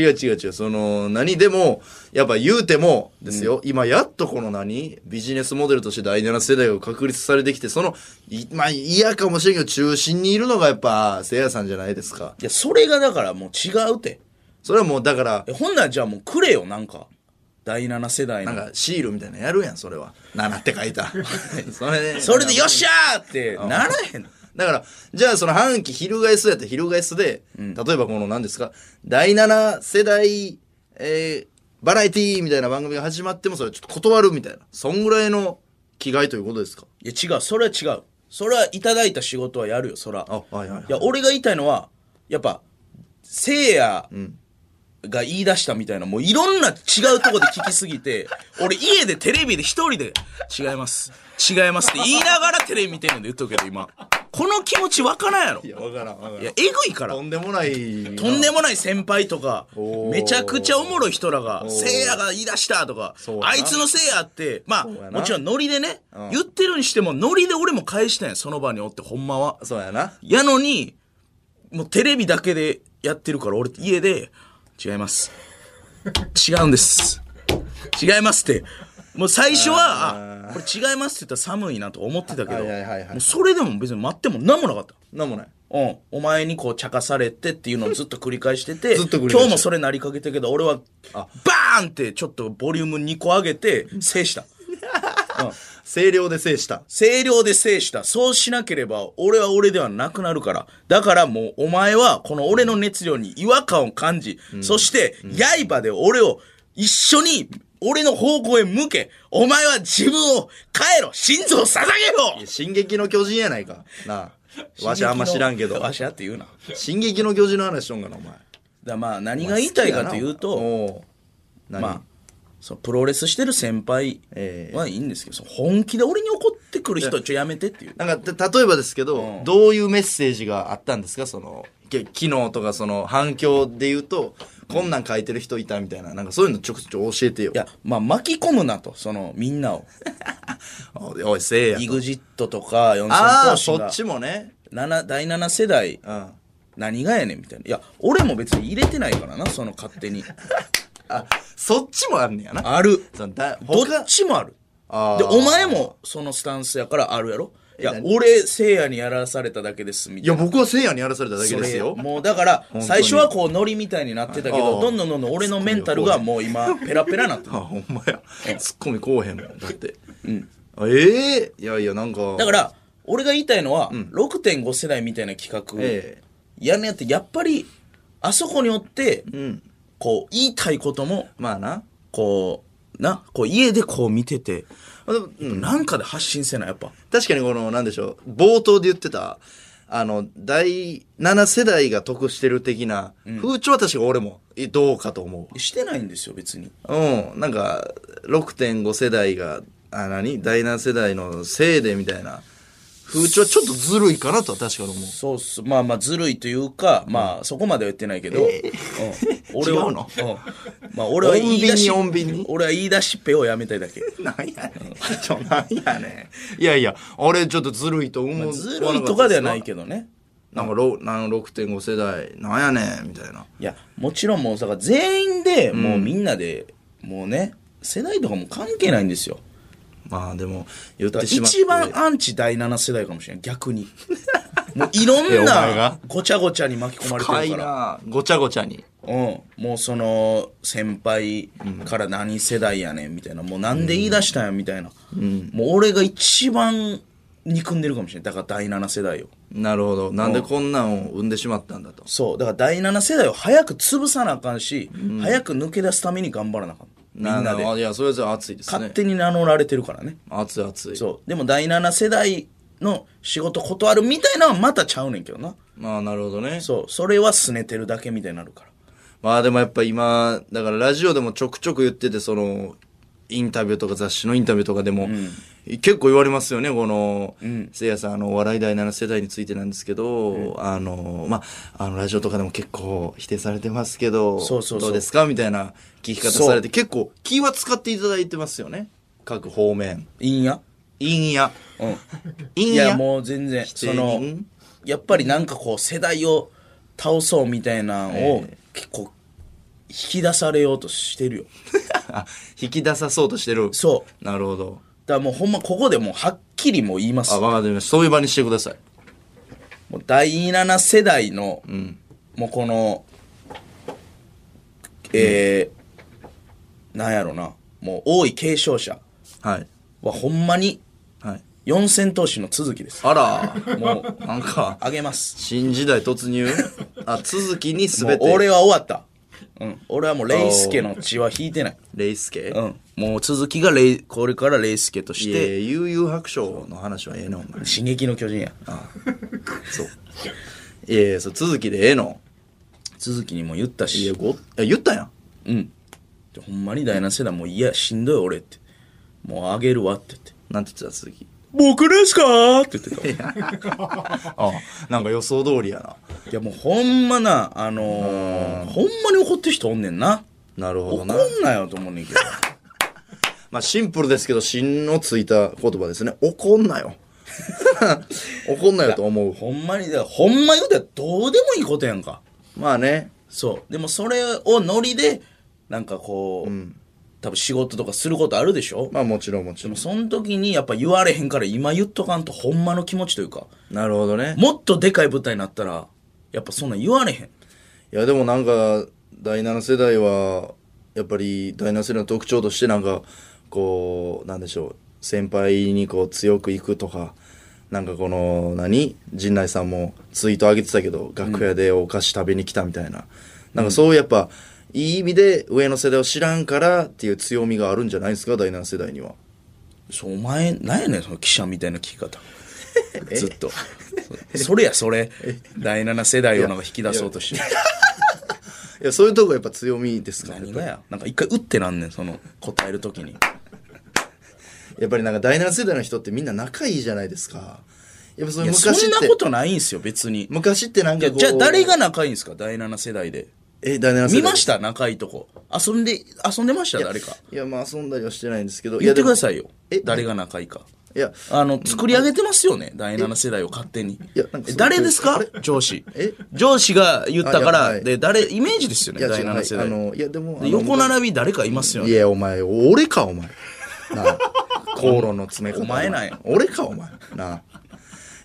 Speaker 1: 違う違う違うその何でもやっぱ言うてもですよ、今やっとこの何ビジネスモデルとして第7世代が確立されてきてそのいまあ嫌かもしれんけど中心にいるのがやっぱせいやさんじゃないですか
Speaker 2: いや、それがだからもう違うて。
Speaker 1: それはもうだから
Speaker 2: えほんならじゃあもうくれよ、なんか。第7世代
Speaker 1: なん
Speaker 2: の。
Speaker 1: かシールみたいなのやるやんそれは「7」って書い たそれで
Speaker 2: それでよっしゃーってならへんの。
Speaker 1: だから、じゃあその半期翻すやったら翻すで、例えばこの何ですか、第7世代、えーバラエティーみたいな番組が始まってもそれちょっと断るみたいな。そんぐらいの気概ということですか
Speaker 2: いや、違う。それは違う。それはいただいた仕事はやるよ、そら。
Speaker 1: あはいはいはい
Speaker 2: や、俺が言いたいのは、やっぱ、せいやが言い出したみたいな、もういろんな違うとこで聞きすぎて、 俺家でテレビで一人で、違います。違いますって言いながらテレビ見てんねんで言っとくけど、今。この気持ちわからんやろ。いや、
Speaker 1: わからん、わか
Speaker 2: えぐいから
Speaker 1: と。んでもない。
Speaker 2: とんでもない先輩とか
Speaker 1: おー
Speaker 2: めちゃくちゃおもろい人らが
Speaker 1: お
Speaker 2: 「
Speaker 1: ー
Speaker 2: せいやが言い出した」とか
Speaker 1: そうや
Speaker 2: 「
Speaker 1: な
Speaker 2: あいつのせいや」ってまあ
Speaker 1: うやな
Speaker 2: もちろんノリでね
Speaker 1: ん
Speaker 2: 言ってるにしてもノリで俺も返したんやその場におってほんまは
Speaker 1: そうやな。
Speaker 2: やのにもうテレビだけでやってるから俺家で「違い ます」「違うんです」「違います」ってもう最初は「あこれ違います」って言ったら寒いなとか思ってたけ
Speaker 1: はい
Speaker 2: ど
Speaker 1: はいはいはい
Speaker 2: もうそれでも別に待っても何もなかった
Speaker 1: なんもない。
Speaker 2: うん、お前にこう茶化されてっていうのをずっと繰り返してて
Speaker 1: ずっと繰り返して
Speaker 2: 今日もそれなりかけたけど俺はバ
Speaker 1: あ
Speaker 2: ーンってちょっとボリューム2個上げて制した
Speaker 1: 声量で制した。
Speaker 2: 声量で制したそうしなければ俺は俺ではなくなるからだからもうお前はこの俺の熱量に違和感を感じ、そして刃で俺を一緒に俺の方向へ向けお前は自分を変えろ心臓を捧げ
Speaker 1: いや
Speaker 2: ろ
Speaker 1: 進撃の巨人やないか。なあ。わしあんま知らんけど。
Speaker 2: わしあって言うなだか
Speaker 1: 進撃の巨人の話しとんかな、お前。
Speaker 2: らまあ何が言いたいかというと、
Speaker 1: おう
Speaker 2: まあ、そうプロレスしてる先輩
Speaker 1: ええ
Speaker 2: はいいんですけど、その本気で俺に怒ってくる人ちょやめてっていう
Speaker 1: なんか、た例えばですけど、どういうメッセージがあったんですかその、け機能とかその反響で言うと、こんなん書いてる人いたみたいな、なんかそういうのちょくちょく教えてよ。
Speaker 2: いやまあ巻き込むなとそのみんなを
Speaker 1: おい、おいせいやと。
Speaker 2: EXIT とか四千
Speaker 1: ああ、
Speaker 2: 頭身
Speaker 1: そっ
Speaker 2: が
Speaker 1: ちもね。
Speaker 2: 七第7世代
Speaker 1: うん。
Speaker 2: 何がやねんみたいないや俺も別に入れてないからなその勝手に
Speaker 1: あ、そっちもあんねやな。
Speaker 2: ある
Speaker 1: そのだ
Speaker 2: ど
Speaker 1: 他
Speaker 2: っちもある
Speaker 1: あー
Speaker 2: でお前もそのスタンスやからあるやろいや俺せいやにやらされただけですみたいない
Speaker 1: や、僕はせいやにやらされただけですよ
Speaker 2: それ。もうだから
Speaker 1: に
Speaker 2: 最初はこうノリみたいになってたけ
Speaker 1: あ
Speaker 2: ど
Speaker 1: あ
Speaker 2: どんどんどんどん俺のメンタルがも う今ペラペラなってる
Speaker 1: あ、ほんまや。ツッコミこうへんもん。だって。うん。ええいやいや、なんか。
Speaker 2: だから俺が言いたいのは6.5世代みたいな企画
Speaker 1: ええ
Speaker 2: やんやってやっぱりあそこによって
Speaker 1: うん。
Speaker 2: こう言いたいことも
Speaker 1: まあな。
Speaker 2: こうなこう家でこう見てて
Speaker 1: あでもうん。
Speaker 2: なんかで発信せなやっぱ
Speaker 1: 確かにこの、なんでしょう、冒頭で言ってた、あの、第7世代が得してる的な、風潮は確か俺も、いどうかと思
Speaker 2: してないんですよ別に
Speaker 1: うわ。うん、なんか、6.5世代が、あ、何第7世代のせいでみたいな、風潮はちょっとずるいかなとは確かに思う。
Speaker 2: そうっすまあまあずるいというかまあそこまでは言ってないけど、うん、 俺は
Speaker 1: 違うの
Speaker 2: うんまあ俺は言い出し
Speaker 1: 穏便に穏便に
Speaker 2: 俺は言い出しっぺをやめたいだけ
Speaker 1: なんやねん。ちょ、なんやねん。 いやいや、俺ちょっとずるいと思う。
Speaker 2: ずるいとかではないけどね
Speaker 1: なんか、ろなんか6.5世代、なんやねん、みたいな。
Speaker 2: いやもちろんもうだから全員でもうみんなで、もうね世代とかも関係ないんですよまあでも、言っ
Speaker 1: だ
Speaker 2: て
Speaker 1: から
Speaker 2: しまって。
Speaker 1: 一
Speaker 2: 一
Speaker 1: 番
Speaker 2: 番アンチ第7世代かもしれん、逆に。 もういろ
Speaker 1: え
Speaker 2: ん
Speaker 1: お前が
Speaker 2: なごちゃごちゃに巻き込まれて
Speaker 1: 深い
Speaker 2: るから。
Speaker 1: なごちゃごちゃに。
Speaker 2: うん、もうその先輩から何世代やねんみたいな、もうなんで言い出したんやみたいな、もう俺が一番憎んでるかもしれないだから第7世代を
Speaker 1: なるほど。なんでこんなんを生んでしまったんだと。
Speaker 2: そうだから第7世代を早く潰さなあかんし、早く抜け出すために頑張らなあかんみんなで
Speaker 1: るほどいや、それぞれ熱いですね
Speaker 2: 勝。手に名乗られてるからね
Speaker 1: 熱い熱い。
Speaker 2: そうでも第7世代の仕事断るみたいなのはまたちゃうねんけどな
Speaker 1: まあ、なるほどね。
Speaker 2: そうそれは拗ねてるだけみたいになるから
Speaker 1: まあでもやっぱ今、だからラジオでもちょくちょく言ってて、その、インタビューとか雑誌のインタビューとかでも、結構言われますよね、この、せいやさん、あの、お笑い第7世代についてなんですけど、あの、まあ、あの、ラジオとかでも結構否定されてますけど、
Speaker 2: そうそう
Speaker 1: ど
Speaker 2: そう
Speaker 1: うですかみたいな聞き方されて、結構、気は使っていただいてますよね。各方面。
Speaker 2: いいんや
Speaker 1: 陰や。
Speaker 2: うん
Speaker 1: 陰
Speaker 2: い
Speaker 1: や。
Speaker 2: やもう全然
Speaker 1: 定
Speaker 2: その
Speaker 1: 人
Speaker 2: やっぱりなんかこう世代を倒そうみたいなのを結構引き出されようとしてるよ
Speaker 1: あ引き出さそうとしてる。。
Speaker 2: そう
Speaker 1: なるほど。
Speaker 2: だからもうほんまここでもうはっきりもう言います
Speaker 1: あ、わかりました。そういう場にしてください。
Speaker 2: もう第7世代の、もうこのえーなんやろなもう多い継承者
Speaker 1: はい。
Speaker 2: はほんまに
Speaker 1: はい。
Speaker 2: 四千頭身の続きです
Speaker 1: あら。
Speaker 2: もう
Speaker 1: なんか、
Speaker 2: あげます
Speaker 1: 新時代突入あ、続きに
Speaker 2: もう
Speaker 1: 全て。
Speaker 2: 俺は終わった、うん、俺はもうレイスケの血は引いてない
Speaker 1: レイスケ
Speaker 2: う。ん。もう続きがレイ、これからレイスケとし
Speaker 1: いや
Speaker 2: て、
Speaker 1: いや悠々白書の話はええねん、お前。
Speaker 2: 進撃の巨人や。
Speaker 1: そう。いやいや、そう、続きでええの。
Speaker 2: 続きにも言った
Speaker 1: いや、
Speaker 2: し、
Speaker 1: ご、いや言ったやん。
Speaker 2: うん。でほんまに第7世代もういや、しんどい俺って。もうあげるわって言って。
Speaker 1: なんて言ってた、続き。
Speaker 2: 僕ですかって言ってた。
Speaker 1: あ、なんか予想通りやな。
Speaker 2: いやもうほんまな、あのー、ほんまに怒ってる人おんねんな。
Speaker 1: なるほ
Speaker 2: 怒
Speaker 1: ど
Speaker 2: ん
Speaker 1: な。
Speaker 2: なよと思うねんけど。
Speaker 1: まあ、シンプルですけど、芯のついた言葉ですね。怒んな よ。怒んなよと思う。
Speaker 2: ほんまに、だからほんま言うたらどうでもいいことやんか。
Speaker 1: まあね。
Speaker 2: そう。でもそれをノリで、なんかこう、多分仕事とかすることあるでしょ
Speaker 1: まあもちろんもち
Speaker 2: で
Speaker 1: ろ
Speaker 2: も
Speaker 1: ん。
Speaker 2: その時にやっぱ言われへんから今言っとかんとほんまの気持ちというか、
Speaker 1: なるほどね。
Speaker 2: もっとでかい舞台になったら、やっぱそんなん言われへん。
Speaker 1: いやでもなんか第7世代はやっぱり第7世代の特徴としてなんかこうなんでしょう先輩にこう強くいくとかなんかこの何陣内さんもツイート上げてたけど楽屋でお菓子食べに来たみたいな、なんかそういうやっぱいい意味で上の世代を知らんからっていう強みがあるんじゃないですか第7世代には
Speaker 2: そう、お前、なんやねん、その記者みたいな聞き 方。ずっと。そそれや、それ。第7世代をなんか引き出そうとしてる。
Speaker 1: いやそういうとこやっぱ強みですからやっ
Speaker 2: 何
Speaker 1: ぱ
Speaker 2: がや。なんか一回打ってなんねん、その答える時に。
Speaker 1: やっぱりなんか第7世代の人ってみんな仲いいじゃないですかやっぱそ
Speaker 2: い
Speaker 1: れ
Speaker 2: や、
Speaker 1: 昔
Speaker 2: そ
Speaker 1: って
Speaker 2: んなことないんすよ、別に。
Speaker 1: 昔ってなん
Speaker 2: いや
Speaker 1: かこう
Speaker 2: じゃあ誰が仲いいんすか、第7世代で。
Speaker 1: え第7世代
Speaker 2: 見ました仲いいとこ。遊んで、遊んでました誰か。
Speaker 1: いや、まあ遊んだりはしてないんですけど。
Speaker 2: 言ってくだ
Speaker 1: い
Speaker 2: さいよ
Speaker 1: え。
Speaker 2: 誰が仲いいか。
Speaker 1: や。でもいや、
Speaker 2: あの、作り上げてますよね、第7世代を勝手に
Speaker 1: やなんか。そう
Speaker 2: 誰です
Speaker 1: あ
Speaker 2: か
Speaker 1: れ
Speaker 2: 上司
Speaker 1: え。
Speaker 2: 上司が言ったか
Speaker 1: あいやは
Speaker 2: ら、
Speaker 1: い
Speaker 2: で、誰、イメージですよね、
Speaker 1: いや
Speaker 2: 第7世代。
Speaker 1: 違うはいあのいやでも
Speaker 2: で
Speaker 1: あの
Speaker 2: 横並び誰かいますよ
Speaker 1: い
Speaker 2: ね。
Speaker 1: や、お前、俺か、お前。なあ。 口論の詰め方。
Speaker 2: お前なんや
Speaker 1: 俺か、お前。なあ。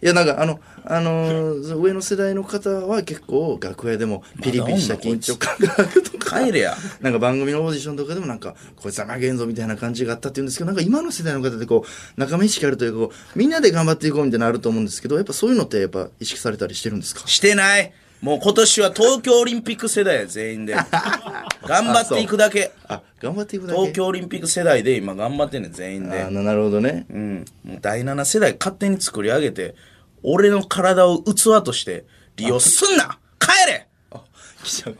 Speaker 1: いや、なんか、あの、あのー 上の世代の方は結構、楽屋でもピリピリした緊張感があるとか。
Speaker 2: 帰れや。
Speaker 1: なんか番組のオーディションとかでもなんか、こいつは負けんぞみたいな感じがあったっていうんですけど、なんか今の世代の方ってこう、仲間意識あるというかこう、みんなで頑張っていこうみたいなのあると思うんですけど、やっぱそういうのってやっぱ意識されたりしてるんですか
Speaker 2: してない。もう今年は東京オリンピック世代や、全 員で。頑張っていくだけ。
Speaker 1: あ、頑張っていくだけ。
Speaker 2: 東京オリンピック世代で今頑張ってんねん全員
Speaker 1: あー
Speaker 2: で。
Speaker 1: ななるほどね。
Speaker 2: うん。もう第7世代勝手に作り上げて、俺の体を器として利用すんな帰れ
Speaker 1: あ、記者が、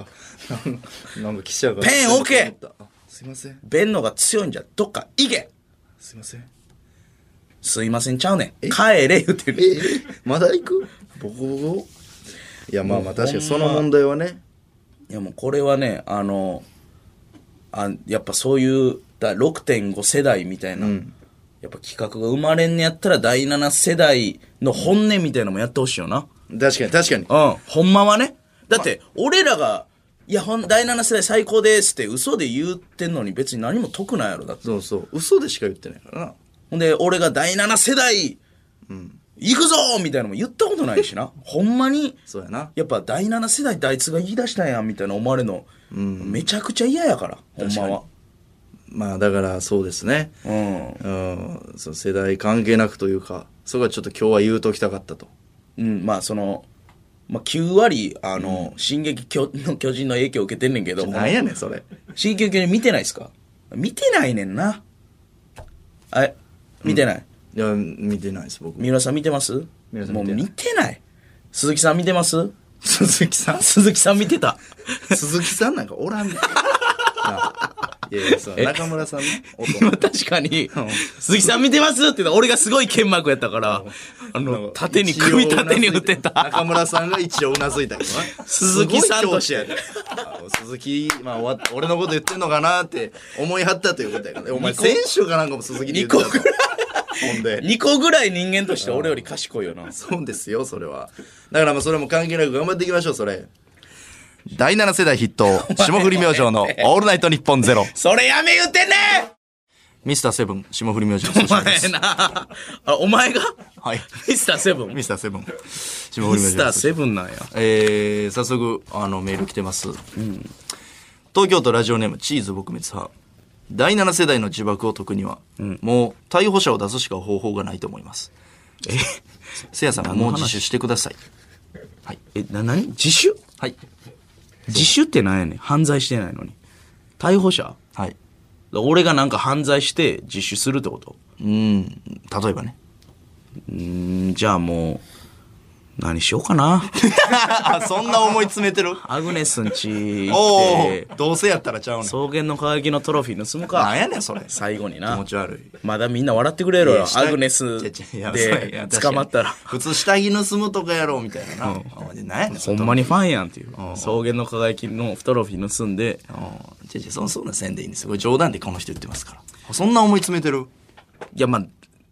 Speaker 1: なんかなんか記者が。
Speaker 2: ペン置け
Speaker 1: あすいません。
Speaker 2: 弁のが強いんじゃ、どっか行け
Speaker 1: すいません。
Speaker 2: すいませんちゃうねん。帰れ言って
Speaker 1: え
Speaker 2: る。、
Speaker 1: まだ行くボコボコいや、まあまあ確かに
Speaker 2: ほ
Speaker 1: そ
Speaker 2: んま
Speaker 1: の問題はね。
Speaker 2: いやもうこれはね、あの、あやっぱそういうだ6.5世代みたいな、やっぱ企画が生まれんねやったら第7世代の本音みたいなのもやってほしいよな。
Speaker 1: 確かに確かに。
Speaker 2: うん、ほんまはね。だって、俺らが、いや、ほん、第7世代最高ですって嘘で言ってんのに別に何も得ないやろ、だって。
Speaker 1: そうそう。嘘でしか言ってないからな。
Speaker 2: ほんで、俺が第7世代、行くぞみたいなのも言ったことないしな。ほんまに、
Speaker 1: そうやな
Speaker 2: やっぱ第7世代ってあいつが言い出したんや、みたいな思われるの、めちゃくちゃ嫌やから、ほんまは。
Speaker 1: まあだからそうですね
Speaker 2: うん。
Speaker 1: うんその世代関係なくというかそこはちょっと今日は言うときたかったと
Speaker 2: うん、まあその、まあ、9割、あの、進撃巨 の巨人の影響を受けてんねんけど、
Speaker 1: なんやねんそれ
Speaker 2: 進撃の巨人見てないっすか見てないねんな。あれ、見てない、
Speaker 1: いや見てないです僕
Speaker 2: 三浦さん見てます
Speaker 1: 三浦さん
Speaker 2: も
Speaker 1: 見て
Speaker 2: う
Speaker 1: ない
Speaker 2: 見てない。鈴木さん見てます
Speaker 1: 鈴木さん
Speaker 2: 鈴木さん見てた。
Speaker 1: 鈴木さんなんかおらんねんな あいやいやそう中村さんの
Speaker 2: 今
Speaker 1: 音
Speaker 2: 確かに、鈴木さん見てますって言ったら俺がすごい剣幕やったから、あの、縦に、首縦に打てた。
Speaker 1: 中村さんが一応うなずいたけどな
Speaker 2: 鈴木さん
Speaker 1: す
Speaker 2: と
Speaker 1: ごい教師やであ鈴木、まあ、終わっ俺のこと言ってんのかなって思いはったということやからお前選手かなんかも鈴木に言ってた
Speaker 2: 二個ぐ
Speaker 1: らいほんで
Speaker 2: 2個ぐらい人間として俺より賢いよな。
Speaker 1: そうですよそれはだからまあそれも関係なく頑張っていきましょうそれ第7世代筆 頭霜降り明星の「オールナイトニッポンゼロ
Speaker 2: それやめ言うてんね
Speaker 1: ミスターセブン霜降り明星の
Speaker 2: お
Speaker 1: 久しぶりで
Speaker 2: 前
Speaker 1: す
Speaker 2: なあ、お前が
Speaker 1: はい
Speaker 2: ミスターセブン。ミ
Speaker 1: ミスターセブン霜降り明星
Speaker 2: スターセブンなんや。
Speaker 1: えー、早速あのメール来てます、東京都ラジオネームチーズ撲滅派第7世代の自爆を解くには、もう逮捕者を出すしか方法がないと思いますえせやさんはもう自首してください
Speaker 2: え、な、なに自首
Speaker 1: はい
Speaker 2: 自首ってなんやねん。犯罪してないのに。逮捕者
Speaker 1: はい
Speaker 2: 俺がなんか犯罪して自首するってこと
Speaker 1: うん例えばね
Speaker 2: うん、じゃあもう、何しようか な。
Speaker 1: あそんな思い詰めてる
Speaker 2: アグネスんち行っ
Speaker 1: お
Speaker 2: て
Speaker 1: お、どうせやったらちゃうねん
Speaker 2: 草原の輝きのトロフィー盗む
Speaker 1: なん
Speaker 2: か。
Speaker 1: やねんそれ気
Speaker 2: 最後にな
Speaker 1: 持。ち悪い
Speaker 2: まだみんな笑ってくれろ
Speaker 1: い
Speaker 2: よ
Speaker 1: や。下
Speaker 2: ア
Speaker 1: 着
Speaker 2: グネス
Speaker 1: いやいやいやい
Speaker 2: で
Speaker 1: や確か
Speaker 2: 捕
Speaker 1: に
Speaker 2: まったら。
Speaker 1: 普通下着盗むとかやろうみたいなな、うん、なんやねんそ
Speaker 2: ほ
Speaker 1: れ
Speaker 2: んまにファンやんっていう。草原の輝きのトロフィー盗んで、
Speaker 1: うん違う違うそんそんなせんでいいんですよこれ冗談でこの人言ってますからそんな思い詰めて る
Speaker 2: いやまあ、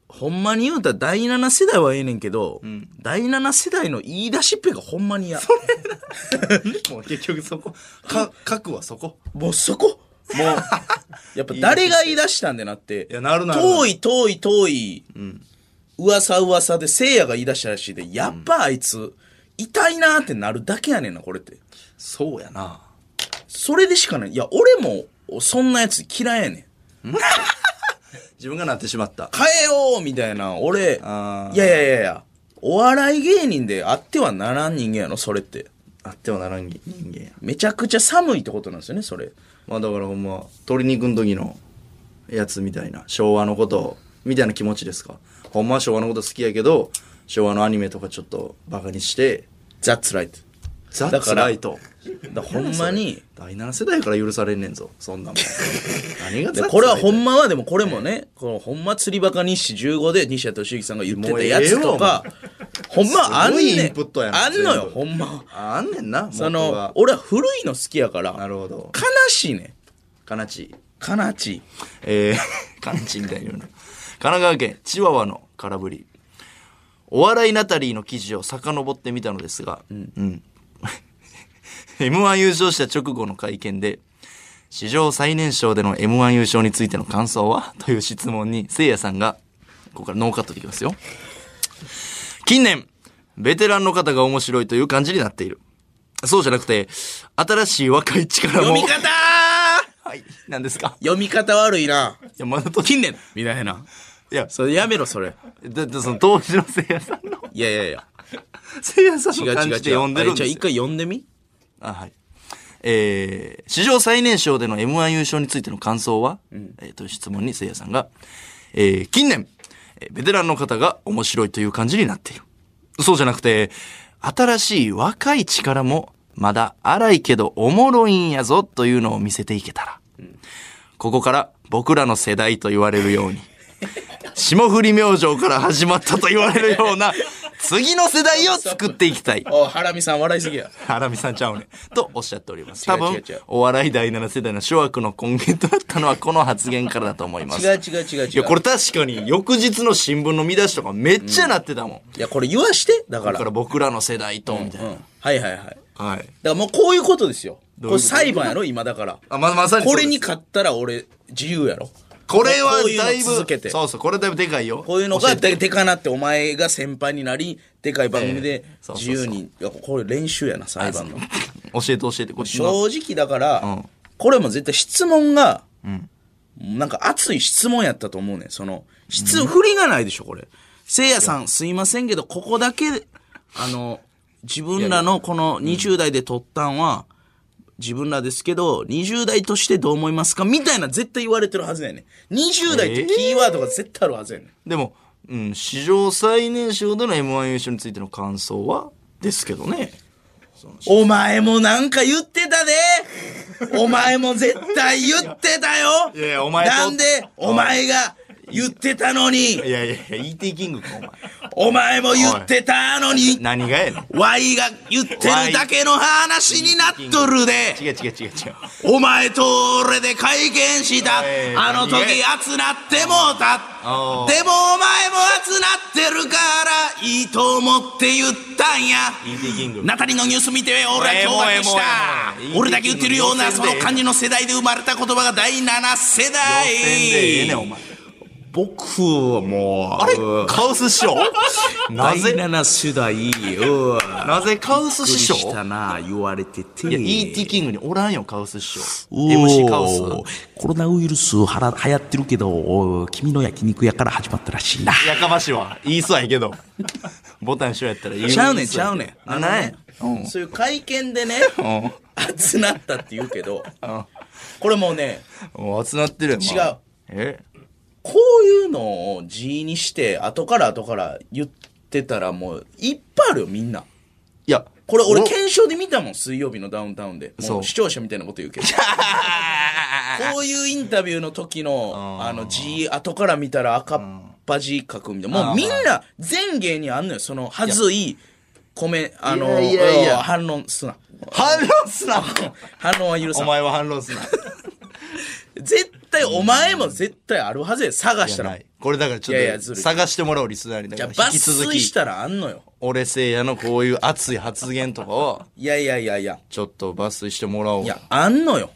Speaker 2: ほんまに言うたら第7世代はええねんけど、第7世代の言い出しっぺがほんまにや。
Speaker 1: もう結局そこか核はそこ
Speaker 2: もうそこ もう、やっぱ誰が言い出したんでなって。
Speaker 1: いやなるなるなる
Speaker 2: 遠い遠い遠い、噂噂で、聖夜が言い出したらしいで、やっぱあいつ、痛いなーってなるだけやねんな、これって。
Speaker 1: そうやな
Speaker 2: それでしかない。いや、俺も、そんなやつ嫌いやねん。
Speaker 1: 自分がなってしまった
Speaker 2: 変えようみたいな、俺、い
Speaker 1: あー
Speaker 2: やいやいやいや、お笑い芸人であってはならん人間やろ、それって。
Speaker 1: あってはならん人間や
Speaker 2: めちゃくちゃ寒いってことなんですよね、それ。
Speaker 1: まあだからほんま鶏肉の時のやつみたいな昭和のことみたいな気持ちですかほんまは昭和のこと好きやけど昭和のアニメとかちょっとバカにして
Speaker 2: ザッツライト。
Speaker 1: ザ
Speaker 2: だ
Speaker 1: ッ
Speaker 2: か
Speaker 1: ツ
Speaker 2: ら
Speaker 1: ライト
Speaker 2: だからほんまに、
Speaker 1: 第7世代から許されんねんぞそん なもん何が
Speaker 2: で
Speaker 1: ザッツライト
Speaker 2: これはほんまはでもこれもね、このほんま釣りバカ日誌15で西田敏行さんが言ってたやつとか、ほんまあん
Speaker 1: すごいイ
Speaker 2: ね
Speaker 1: ンプットや
Speaker 2: ん。
Speaker 1: な
Speaker 2: あんのよ
Speaker 1: 全、部
Speaker 2: ほんま。
Speaker 1: あんねんな
Speaker 2: そ
Speaker 1: 元
Speaker 2: の
Speaker 1: が、
Speaker 2: 俺は古いの好きやか
Speaker 1: な
Speaker 2: ら、
Speaker 1: るほど
Speaker 2: 悲しいねん。
Speaker 1: かなち
Speaker 2: 悲しい。
Speaker 1: えー、 かなちみたいに言うな神奈川県チワワの空振りお笑いナタリーの記事を遡ってみたのですが、うん m 1優勝した直後の会見で史上最年少での m 1優勝についての感想はという質問にせいやさんがここからノーカットでいきますよ近年ベテランの方が面白いという感じになっているそうじゃなくて新しい若い力も
Speaker 2: 読み方ー
Speaker 1: はい何ですか
Speaker 2: 読み方悪いな。
Speaker 1: いやまだ途中
Speaker 2: 近年みたいな。
Speaker 1: いや
Speaker 2: それやめろ、それ。
Speaker 1: だってその当時のせいやさんの
Speaker 2: いやいやいや。
Speaker 1: せいやさん
Speaker 2: 違
Speaker 1: の
Speaker 2: う
Speaker 1: 感
Speaker 2: 違う
Speaker 1: じで
Speaker 2: 違
Speaker 1: 呼ん
Speaker 2: う。
Speaker 1: で
Speaker 2: あ
Speaker 1: るん
Speaker 2: じゃ
Speaker 1: で
Speaker 2: あ
Speaker 1: す
Speaker 2: 一
Speaker 1: よ
Speaker 2: 回読んでみ
Speaker 1: あはいえー、史上最年少での m 1優勝についての感想は、えーという質問にせいやさんが、えー近年えーベテランの方が面白いという感じになっているそうじゃなくて新しい若い力もまだ荒いけどおもろいんやぞというのを見せていけたら、ここから僕らの世代と言われるように霜降り明星から始まったと言われるような次の世代を作っていきたい
Speaker 2: おい、ハラミさん笑いすぎや。
Speaker 1: ハラミさんちゃうねん。とおっしゃっております。
Speaker 2: 違
Speaker 1: 多
Speaker 2: う
Speaker 1: 分
Speaker 2: 違う違う、
Speaker 1: お笑い第7世代の諸悪の根源となったのはこの発言からだと思います。
Speaker 2: 違う違う違う違う。
Speaker 1: いや、これ確かに翌日の新聞の見出しとかめっちゃなってたもん。
Speaker 2: いやこれ言わして、だか
Speaker 1: だ
Speaker 2: ら
Speaker 1: か。ら僕らの世代と、みたいうな。
Speaker 2: ん。はいはいはい。
Speaker 1: はい。
Speaker 2: だからもうこういうことですよ。
Speaker 1: ういうこと
Speaker 2: これ裁判やろ、今だから。
Speaker 1: あ、ま、まさにそ
Speaker 2: こ
Speaker 1: うです
Speaker 2: れに勝ったら俺、自由やろ。
Speaker 1: これは
Speaker 2: こういうの
Speaker 1: だいぶ
Speaker 2: 続けて
Speaker 1: そうそうこれだいぶでかいよ
Speaker 2: こういうのがででかなってお前が先輩になりでかい番組で
Speaker 1: ええそうそう
Speaker 2: 自
Speaker 1: そう
Speaker 2: 由に、いやこれ練習やな裁判の
Speaker 1: 教えて教えてこっちの
Speaker 2: 正直だから、
Speaker 1: うん
Speaker 2: これも絶対質問が、なんか熱い質問やったと思うねんその質、振りがないでしょこれせいやさんすいませんけどここだけあの自分らのこの20代で取ったんは、自分らですけど、20代としてどう思いますかみたいな絶対言われてるはずやねん。20代ってキーワードが絶対あるはずやねん。
Speaker 1: でも、うん、史上最年少での m 1優勝についての感想はですけどね
Speaker 2: お前もなんか言ってたでお前も絶対言ってたよ
Speaker 1: いやいやお前と
Speaker 2: なんでお前が言ってたのに
Speaker 1: いやいやいや ET キングかお前
Speaker 2: お前も言ってたのに
Speaker 1: 何がやねん
Speaker 2: Y が言ってるだけの話になっとるで
Speaker 1: 違う違う違う違う
Speaker 2: お前と俺で会見した
Speaker 1: おい
Speaker 2: あの時熱なってもうた
Speaker 1: おう
Speaker 2: でもお前も熱なってるからいいと思って言ったんや
Speaker 1: ET キング
Speaker 2: ナタリのニュース見て俺は驚愕し
Speaker 1: ええもうええもうええもう
Speaker 2: た俺だけ言ってるような
Speaker 1: 路線
Speaker 2: そ
Speaker 1: で
Speaker 2: の感じの世代で生まれた言葉が第7
Speaker 1: 路線
Speaker 2: 世代
Speaker 1: でええねんお前
Speaker 2: 僕はもうあ
Speaker 1: あれカウス師匠なぜ
Speaker 2: 7世代うわ
Speaker 1: なぜカウス師匠
Speaker 2: な言われてて
Speaker 1: いや ET キングにおらんよカウス師匠
Speaker 3: おー
Speaker 1: MC カウス
Speaker 3: コロナウイルスはら流行ってるけどおー君の焼肉屋から始まったらしいな
Speaker 1: やかましいわ言いそうやけど ボタン一緒やったら言う
Speaker 2: ちゃうねんちゃうねん
Speaker 1: あ
Speaker 2: あ
Speaker 1: な
Speaker 2: の
Speaker 1: んや
Speaker 2: ねそういう会見でね
Speaker 1: ん
Speaker 2: 熱なったって言うけどこれもうね
Speaker 1: もう集まってるよ
Speaker 2: 違う
Speaker 1: え
Speaker 2: こういうのを字にして後から後から言ってたらもういっぱいあるよみんない
Speaker 1: や
Speaker 2: これ俺
Speaker 1: お
Speaker 2: 検証で見たもん水曜日のダウンタウンで
Speaker 1: そ
Speaker 2: も
Speaker 1: う
Speaker 2: う視聴者みたいなこと言う けどこういうインタビューの時のあの字後から見たら赤っ端書くみたいなもうみんな全芸にあんのよそのはずいコメあの
Speaker 1: いやいやいや
Speaker 2: 反論すな
Speaker 1: 反論すな
Speaker 2: 反論は許さ
Speaker 1: お
Speaker 2: ん
Speaker 1: 前は反論すな
Speaker 2: 絶対お前も絶対あるはずや探したら
Speaker 1: ないこれだからち
Speaker 2: いやい
Speaker 1: ょ
Speaker 2: や
Speaker 1: っと
Speaker 2: ずるい
Speaker 1: 探してもらおうリスナーにだ
Speaker 2: じ
Speaker 1: か
Speaker 2: ゃあ
Speaker 1: ら引
Speaker 2: 抜
Speaker 1: き続
Speaker 2: 粋し
Speaker 1: き
Speaker 2: たらあんのよ
Speaker 1: 俺せいやのこういう熱い発言とかを
Speaker 2: いやいやいやいや
Speaker 1: ちょっと抜粋してもらおう
Speaker 2: い
Speaker 1: い
Speaker 2: やあんのよ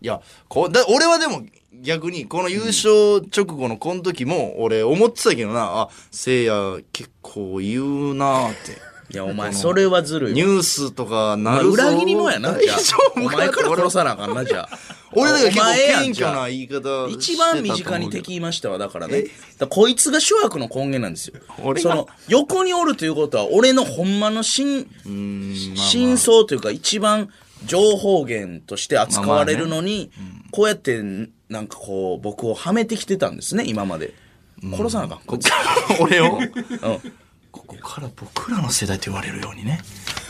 Speaker 1: いやこだ俺はでも逆にこの優勝直後のこの時も俺思ってたけどなあせいや結構言うなー って
Speaker 2: いやお前それはずるいわ
Speaker 1: ニュースとかな
Speaker 2: まあ
Speaker 1: るぞ
Speaker 2: 裏切りもやな、
Speaker 1: 大
Speaker 2: じゃあ
Speaker 1: 丈。
Speaker 2: お
Speaker 1: 夫
Speaker 2: 前から
Speaker 1: 俺
Speaker 2: 殺さなあかんな、じゃあ。
Speaker 1: 俺だから結
Speaker 2: お前や
Speaker 1: 構
Speaker 2: ん
Speaker 1: 謙
Speaker 2: じゃ
Speaker 1: 虚
Speaker 2: あ
Speaker 1: な言い方
Speaker 2: 一番身近に敵いましたわ、だからね。だからこいつが諸悪の根源なんですよ。
Speaker 1: 俺
Speaker 2: そ
Speaker 1: が
Speaker 2: の、横におるということは、俺のほんまの真、真相というか、一番情報源として扱われるのに、こうやって、なんかこう、僕をはめてきてたんですね、今まで。殺さなあかん、こいつ。
Speaker 1: 俺を
Speaker 2: うん。
Speaker 1: ここから僕らの世代と言われるようにね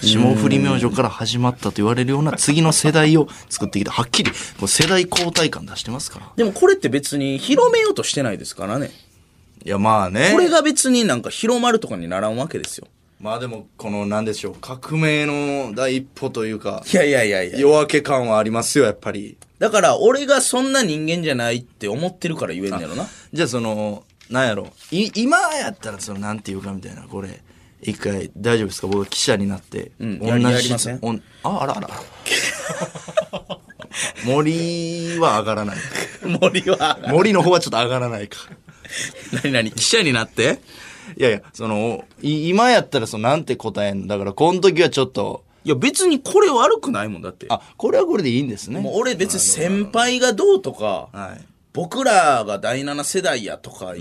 Speaker 1: 霜降り明星から始まったと言われるような次の世代を作ってきたはっきりこう世代交代感出してますから
Speaker 2: でもこれって別に広めようとしてないですからね。
Speaker 1: いやまあね
Speaker 2: これが別になんか広まるとかにならんわけですよ。
Speaker 1: まあでもこの何でしょう革命の第一歩というか
Speaker 2: いやいやいやいや。
Speaker 1: 夜明け感はありますよやっぱり
Speaker 2: だから俺がそんな人間じゃないって思ってるから言えんやろな。
Speaker 1: じゃあそのなんやろい今やったらそのなんていうかみたいなこれ一回大丈夫ですか僕が記者になって、
Speaker 2: ん
Speaker 1: 同
Speaker 2: やり
Speaker 1: じ
Speaker 2: やりません
Speaker 1: おんああらあら森は上がらない
Speaker 2: 森は。
Speaker 1: 森の方はちょっと上がらないか
Speaker 2: 何何記者になって
Speaker 1: いやいやそのい今やったらそのなんて答えんのだからこの時はちょっと
Speaker 2: いや別にこれ悪くないもんだって。
Speaker 1: あこれはこれでいいんですね
Speaker 2: もう俺別に先輩がどうとか、
Speaker 1: はい
Speaker 2: 僕らが第7世代やとか、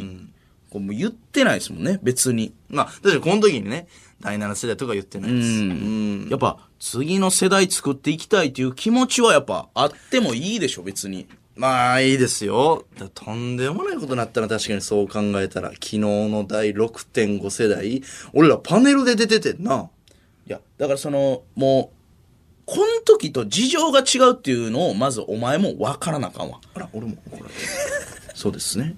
Speaker 2: こうもう言ってないですもんね、別に。
Speaker 1: まあ確かにこの時にね第7世代とか言ってないです
Speaker 2: やっぱ次の世代作っていきたいという気持ちはやっぱあってもいいでしょ、別に。
Speaker 1: まあいいですよ。だとんでもないことになったら確かにそう考えたら、昨日の第6.5世代、俺らパネルで出ててんな。
Speaker 2: いや、だからその、もう、この時と事情が違うっていうのを、まずお前も分からなあかんわ。
Speaker 1: あら、俺も怒られてる。そうですね。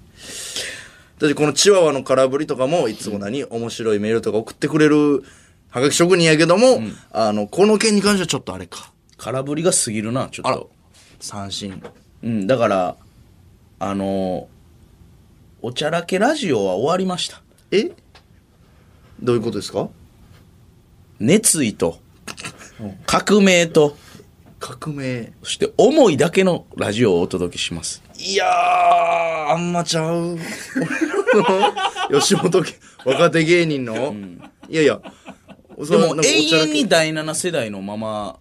Speaker 1: だってこのチワワの空振りとかも、いつも何、面白いメールとか送ってくれる、はがき職人やけども、あの、この件に関してはちょっとあれか。
Speaker 2: 空振りが過ぎるな、ちょっ
Speaker 1: あら
Speaker 2: と。、
Speaker 1: 三振。
Speaker 2: うん、だから、あのおちゃらけラジオは終わりました。
Speaker 1: えどういうことですか
Speaker 2: 熱意と、革命と、
Speaker 1: 革命。
Speaker 2: そして思いだけのラジオをお届けします。
Speaker 1: いやー、あんまちゃう。 吉本家、若手芸人の、いやいや、
Speaker 2: で
Speaker 1: で
Speaker 2: も永遠に第7世代のまま、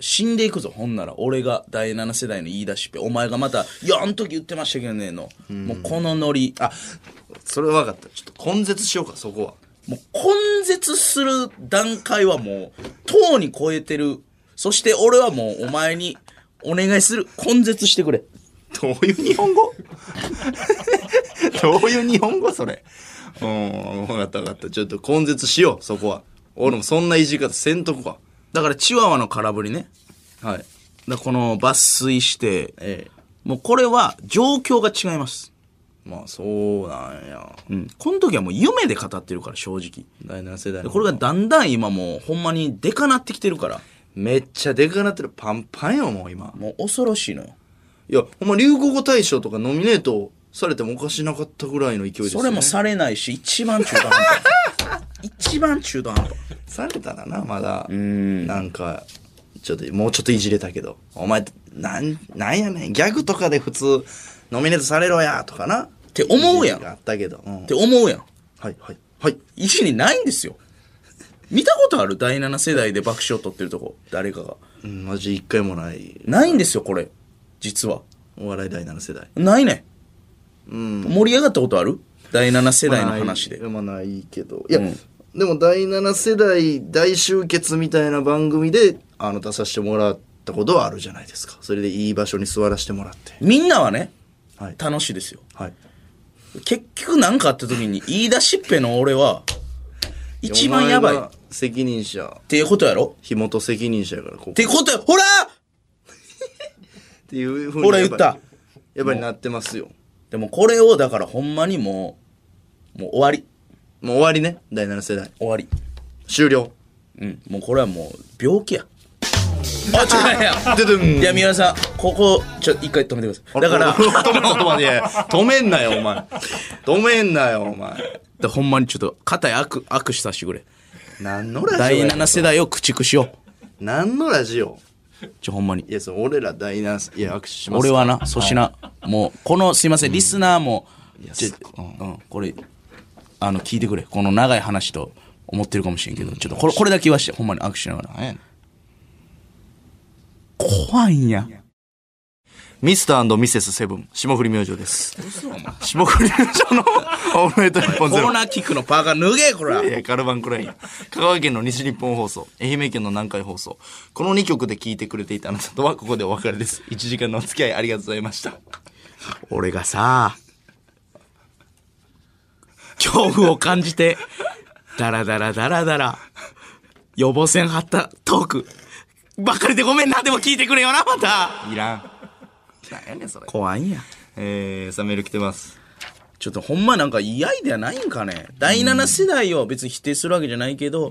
Speaker 2: 死んでいくぞ、ほんなら。俺が第7世代の言い出しっぺ。お前がまた、いや、あの時言ってましたけどね、の。もうこのノリ。
Speaker 1: あ、それは分かった。ちょっと根絶しようか、そこは。
Speaker 2: もう根絶する段階はもう、とうに超えてる。そして俺はもうお前にお願いする。根絶してくれ。
Speaker 1: どういう日本語 どういう日本語それ。うん、分かった分かった。ちょっと根絶しよう、そこは。俺もそんないじり方せんとこは。
Speaker 2: だからチワワの空振りね。
Speaker 1: はい。
Speaker 2: だからこの抜粋して、
Speaker 1: ええ。
Speaker 2: もうこれは状況が違います。
Speaker 1: まあ、そうなんや。
Speaker 2: うん。この時はもう夢で語ってるから、正直。
Speaker 1: 第7世代
Speaker 2: で
Speaker 1: の。
Speaker 2: これがだんだん今もうほんまにでかなってきてるから、
Speaker 1: めっちゃでかなってる。パンパンよ、もう今。
Speaker 2: もう恐ろしいのよ。
Speaker 1: いや、ほんま流行語大賞とかノミネートされてもおかしなかったぐらいの勢いですよね。
Speaker 2: それもされないし、一番中途半端。 一番中途半端。
Speaker 1: されたらな、まだ。なんか、ちょっと、もうちょっといじれたけど。お前、なん、なんやねん。ギャグとかで普通、ノミネートされろや、とかな。って
Speaker 2: 思うやん
Speaker 1: あったけど。うん
Speaker 2: って思うやん。
Speaker 1: はい、はい、はい。
Speaker 2: 一にないんですよ。見たことある第7世代で爆笑を取ってるとこ、誰かが。
Speaker 1: うん、マジ一回もない。
Speaker 2: ないんですよ、これ。実は。
Speaker 1: お笑い第7世代。
Speaker 2: ないね。
Speaker 1: うん。
Speaker 2: 盛り上がったことある第7世代の話で。
Speaker 1: まあないまあないけど。いや、
Speaker 2: うん
Speaker 1: でも第7世代大集結みたいな番組で、あの、出させてもらったことはあるじゃないですか。それでいい場所に座らせてもらって。
Speaker 2: みんなはね、
Speaker 1: はい。
Speaker 2: 楽しいですよ。
Speaker 1: はい。
Speaker 2: 結局なんかあった時に言い出しっぺの俺は、一番やばい。
Speaker 1: お前
Speaker 2: っ
Speaker 1: が責任者。
Speaker 2: ていうことやろ
Speaker 1: 火元責任者やから、ここ。
Speaker 2: ってことや、ほら
Speaker 1: っていうふうに。
Speaker 2: ほら言った。
Speaker 1: やっぱりなってますよ。
Speaker 2: でもこれをだからほんまにもう、もう終わり。
Speaker 1: もう終わりね。第7世代。
Speaker 2: 終わり。
Speaker 1: 終了。
Speaker 2: うん。もうこれはもう病気や。 あ、ちょっと待っ
Speaker 1: で
Speaker 2: て
Speaker 1: でん
Speaker 2: いや、三輪さん、ここ、ちょ、一回止めてください。だから、
Speaker 1: 止めろ止めろいや止めんなよ、お前。止めんなよ、お前。
Speaker 2: だほんまにちょっと、肩へ握握手させてくれ。
Speaker 1: 何のラジ
Speaker 2: 第
Speaker 1: オや
Speaker 2: 7世代を駆逐しよ
Speaker 1: 何のラジオ
Speaker 2: う。ちょ、ほんまに
Speaker 1: い。や、そう、俺ら第7世代。いや、握手します。
Speaker 2: 俺はな、粗品、もう、この、すいません、リスナーも、ちょ
Speaker 1: す
Speaker 2: うん、うんこれ、あの、聞いてくれ。この長い話と思ってるかもしれんけど、ちょっと、これ、これだけ言わして、ほんまに握手しながら。怖いんや。
Speaker 1: ミスターミセスセブン、霜降り明星です。霜降り明星のオールナイトニッポン
Speaker 2: コ
Speaker 1: ゼロ
Speaker 2: ー。ナーキックのパーカー脱げ、こら
Speaker 1: い。やカルバンクラインや。香川県の西日本放送、愛媛県の南海放送。この2曲で聴いてくれていたあなたとはここでお別れです。1時間のお付き合いありがとうございました。
Speaker 2: 俺がさ、恐怖を感じて、ダラダラダラダラ、予防線張ったトーク、ばっかりでごめんな、でも聞いてくれよな、また。
Speaker 1: いらん。なんやねん、それ。
Speaker 2: 怖いんや。
Speaker 1: えー、サメール来てます。
Speaker 2: ちょっとほんまなんか嫌いではないんかね。第7世代を別に否定するわけじゃないけど、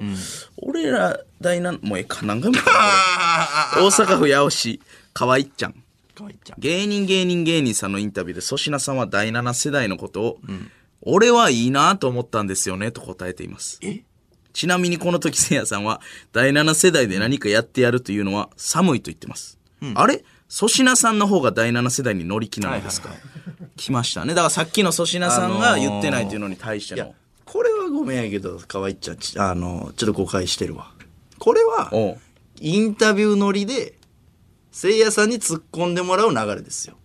Speaker 2: 俺ら第7、もうええか、何回も言うか。大阪府八尾市、河合っちゃん。
Speaker 1: かわいいちゃん。
Speaker 2: 芸人芸人芸人さんのインタビューで粗品さんは第7世代のことを、俺はいいなと思ったんですよねと答えています
Speaker 1: え
Speaker 2: ちなみにこの時せいやさんは第7世代で何かやってやるというのは寒いと言ってます、あれ粗品さんの方が第7世代に乗り気なのですか、来ましたねだからさっきの粗品さんが言ってないというのに対して
Speaker 1: い
Speaker 2: の、
Speaker 1: や、これはごめんやけど、かわいいちゃん、ちあの、ちょっと誤解してるわ。これは、
Speaker 2: おう
Speaker 1: インタビュー乗りで、せいやさんに突っ込んでもらう流れですよ。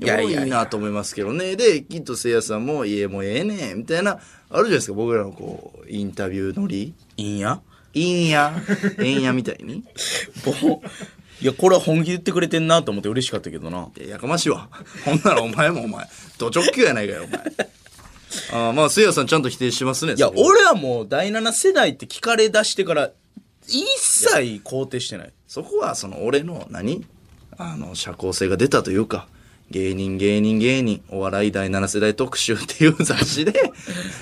Speaker 1: い
Speaker 2: いやいやいや
Speaker 1: いなと思いますけどね。で、きっとせいやさんも、いえ、もうええねん、みたいな、あるじゃないですか、僕らのこう、インタビュー乗り。
Speaker 2: いいんや
Speaker 1: いいんや、えんやみたいに。
Speaker 2: もういやこれは本気で言ってくれてんなと思って嬉しかったけどない
Speaker 1: ややかましいわ。ほんならお前もお前、ド直球やないかよ、お前。あーまあ、せいやさんちゃんと否定しますね。
Speaker 2: いや
Speaker 1: それは
Speaker 2: 俺はもう第7世代って聞かれ出してから一切肯定してない
Speaker 1: そこはその俺の何あの社交性が出たというか芸人芸人芸人お笑い第7世代特集っていう雑誌 で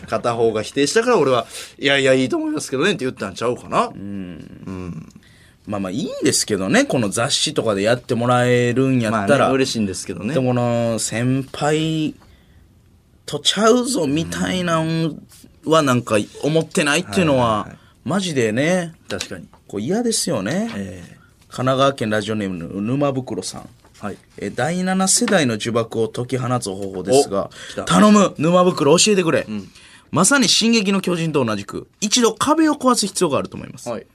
Speaker 1: 片方が否定したから俺はいやいやいいと思いますけどねって言ったんちゃうかな
Speaker 2: まあまあいいんですけどね、この雑誌とかでやってもらえるんや
Speaker 1: ま
Speaker 2: っ
Speaker 1: あ
Speaker 2: たら。
Speaker 1: ね嬉しいんですけどね
Speaker 2: でもな、先輩とちゃうぞみたいなんはなんか思ってないっていうのは、マジでね、
Speaker 1: 確かに
Speaker 2: こう嫌ですよね。
Speaker 1: え
Speaker 2: 神奈川県ラジオネームの沼袋さん。
Speaker 1: はい
Speaker 2: えー第7世代の呪縛を解き放つ方法ですが
Speaker 1: お来た、
Speaker 2: 頼む沼袋教えてくれ、まさに進撃の巨人と同じく、一度壁を壊す必要があると思います。
Speaker 1: はい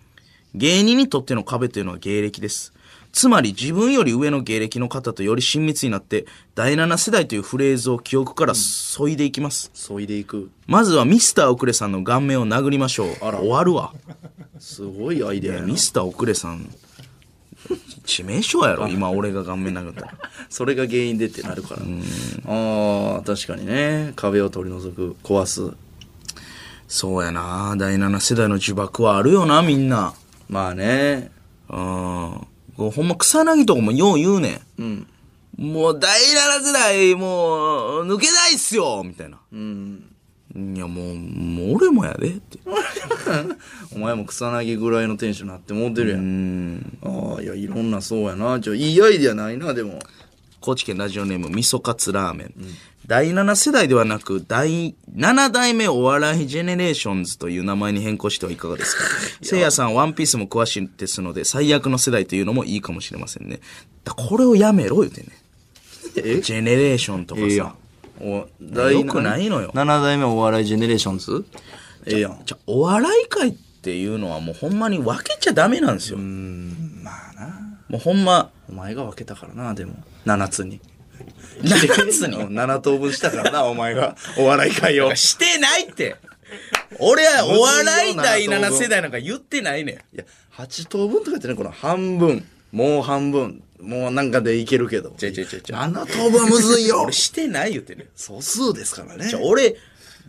Speaker 2: 芸人にとっての壁というのは芸歴です。つまり自分より上の芸歴の方とより親密になって、第7世代というフレーズを記憶から削いでいきます。
Speaker 1: そいでいく
Speaker 2: まずはミスターオクレさんの顔面を殴りましょう。終わるわ。
Speaker 1: すごいアイデアやな
Speaker 2: ミスターオクレさん、致命傷やろ、今俺が顔面殴ったら。
Speaker 1: それが原因でってなるからああ確かにね壁を取り除く壊す
Speaker 2: そうやな第7世代の呪縛はあるよな、みんな。
Speaker 1: まあね
Speaker 2: うん。こうほんま草薙とかもよう言うねん。
Speaker 1: うん
Speaker 2: もう第7世代、もう、抜けないっすよみたいな。
Speaker 1: うん
Speaker 2: いや、もう、もう俺もやでって。
Speaker 1: お前も草薙ぐらいのテンションなって思ってるや
Speaker 2: うんん。
Speaker 1: ああいやいろんなそうやなちょいいアイデアないなでも
Speaker 2: 高知県ラジオネーム、味噌カツラーメン。第7世代ではなく、第7代目お笑いジェネレーションズという名前に変更してはいか がですかせいやさん、ワンピースも詳しいですので、最悪の世代というのもいいかもしれませんね。だこれをやめろ、言うてんねん。
Speaker 1: え
Speaker 2: ジェネレーションとかさ。
Speaker 1: ええやんお第
Speaker 2: よくないのよ
Speaker 1: 7代目お笑いジェネレーションズええやん
Speaker 2: じゃお笑い界っていうのはもうほんまに分けちゃダメなんですよ。もうほんま、
Speaker 1: お前が分けたからなでも7つに
Speaker 2: 7つに。
Speaker 1: 7等分したからなお前がお笑い界をい
Speaker 2: してないって。俺はお笑い
Speaker 1: むず
Speaker 2: 第
Speaker 1: いよな
Speaker 2: 7世代なんか言ってないねん。
Speaker 1: や8等分とか言ってねこの半分もう半分もうなんかでいけるけど
Speaker 2: ちょいちょいちょいちょい
Speaker 1: 7等分はむずい よ
Speaker 2: 俺してない言ってね。
Speaker 1: 素数ですからね
Speaker 2: じゃ俺、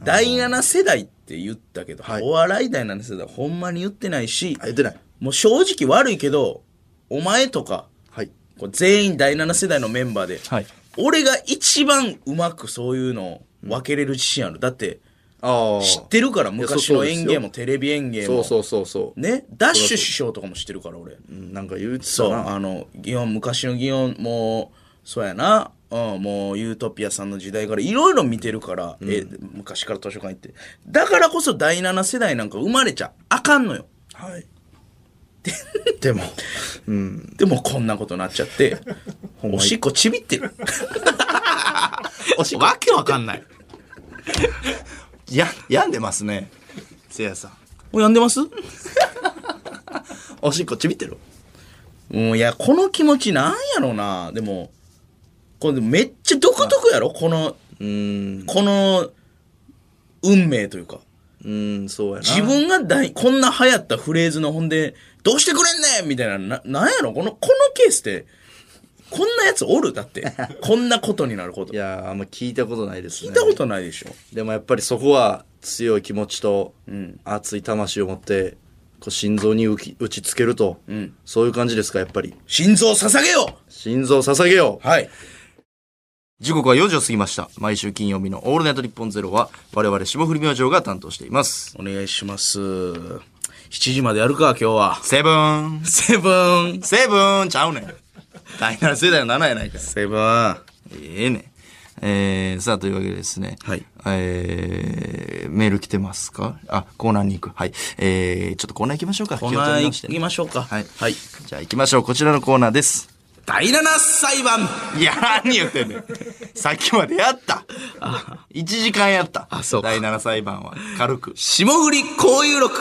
Speaker 2: 第7世代って言ったけど、
Speaker 1: はい
Speaker 2: お笑い第7世代ほんまに言ってないし
Speaker 1: あ、言ってない
Speaker 2: もう正直悪いけど、お前とか、
Speaker 1: はい
Speaker 2: こう全員第7世代のメンバーで、
Speaker 1: はい
Speaker 2: 俺が一番うまくそういうのを分けれる自信ある。だって、
Speaker 1: ああ
Speaker 2: 知ってるから、
Speaker 1: いや
Speaker 2: 昔
Speaker 1: そうそ
Speaker 2: の
Speaker 1: うです
Speaker 2: 演
Speaker 1: よ
Speaker 2: 芸もテレビ演芸
Speaker 1: そ
Speaker 2: も。
Speaker 1: うそうそうそう、
Speaker 2: ね、ダッシュ師匠とかも知ってるから、俺。
Speaker 1: うんなんか言うてた
Speaker 2: そう、
Speaker 1: な
Speaker 2: あの、祇園、昔の祇園、もう、そうやな。うん、もう、ユートピアさんの時代からいろいろ見てるから、え、昔から図書館行って。だからこそ第7世代なんか生まれちゃあかんのよ。
Speaker 1: はい でもうん
Speaker 2: でもこんなことなっちゃ って、おしっこちびってる。
Speaker 1: おしっこ
Speaker 2: わけわかんない。
Speaker 1: や病んでますねせいやさん
Speaker 2: もうやんでます
Speaker 1: おしっこちびってる
Speaker 2: うん、いや、この気持ちなんやろな。でも、これめっちゃ独特やろこの、
Speaker 1: うん
Speaker 2: この、運命というか。
Speaker 1: うんそうやな
Speaker 2: 自分が大、こんな流行ったフレーズの本で、どうしてくれんねんみたいな、な、なんやろこの、このケースって、こんなやつおる だって。こんなことになること。
Speaker 1: いやーあんま聞いたことないですね
Speaker 2: 聞いたことないでしょ。
Speaker 1: でもやっぱりそこは強い気持ちと熱い魂を持ってこう心臓に打き打ちつけると、そういう感じですかやっぱり
Speaker 2: 心臓捧げよ
Speaker 1: 心臓捧げよう
Speaker 2: うはい。
Speaker 1: 時刻は4時を過ぎました毎週金曜日の「オールナイトニッポンゼロは我々霜降り明星が担当しています
Speaker 2: お願いします。7時までやるか、今日は。
Speaker 1: セブン
Speaker 2: セブン。
Speaker 1: セブンちゃうねん第7世代の7やないかい
Speaker 2: セブン。
Speaker 1: ええねんえー、さあというわけでですね、
Speaker 2: はい
Speaker 1: えー、メール来てますかあコーナーに行くはいえー、ちょっとコーナー行きましょうか
Speaker 2: コー
Speaker 1: 気を
Speaker 2: ナ
Speaker 1: 取
Speaker 2: ー
Speaker 1: り直して
Speaker 2: 行きましょうか。
Speaker 1: はい
Speaker 2: はい。
Speaker 1: じゃあ行きましょうこちらのコーナーです
Speaker 2: 第7裁判
Speaker 1: いや、何言ってんね ん。さっきまでやった。1時間やった。
Speaker 2: そうか
Speaker 1: 第7裁判は軽く。
Speaker 2: 霜降り交友録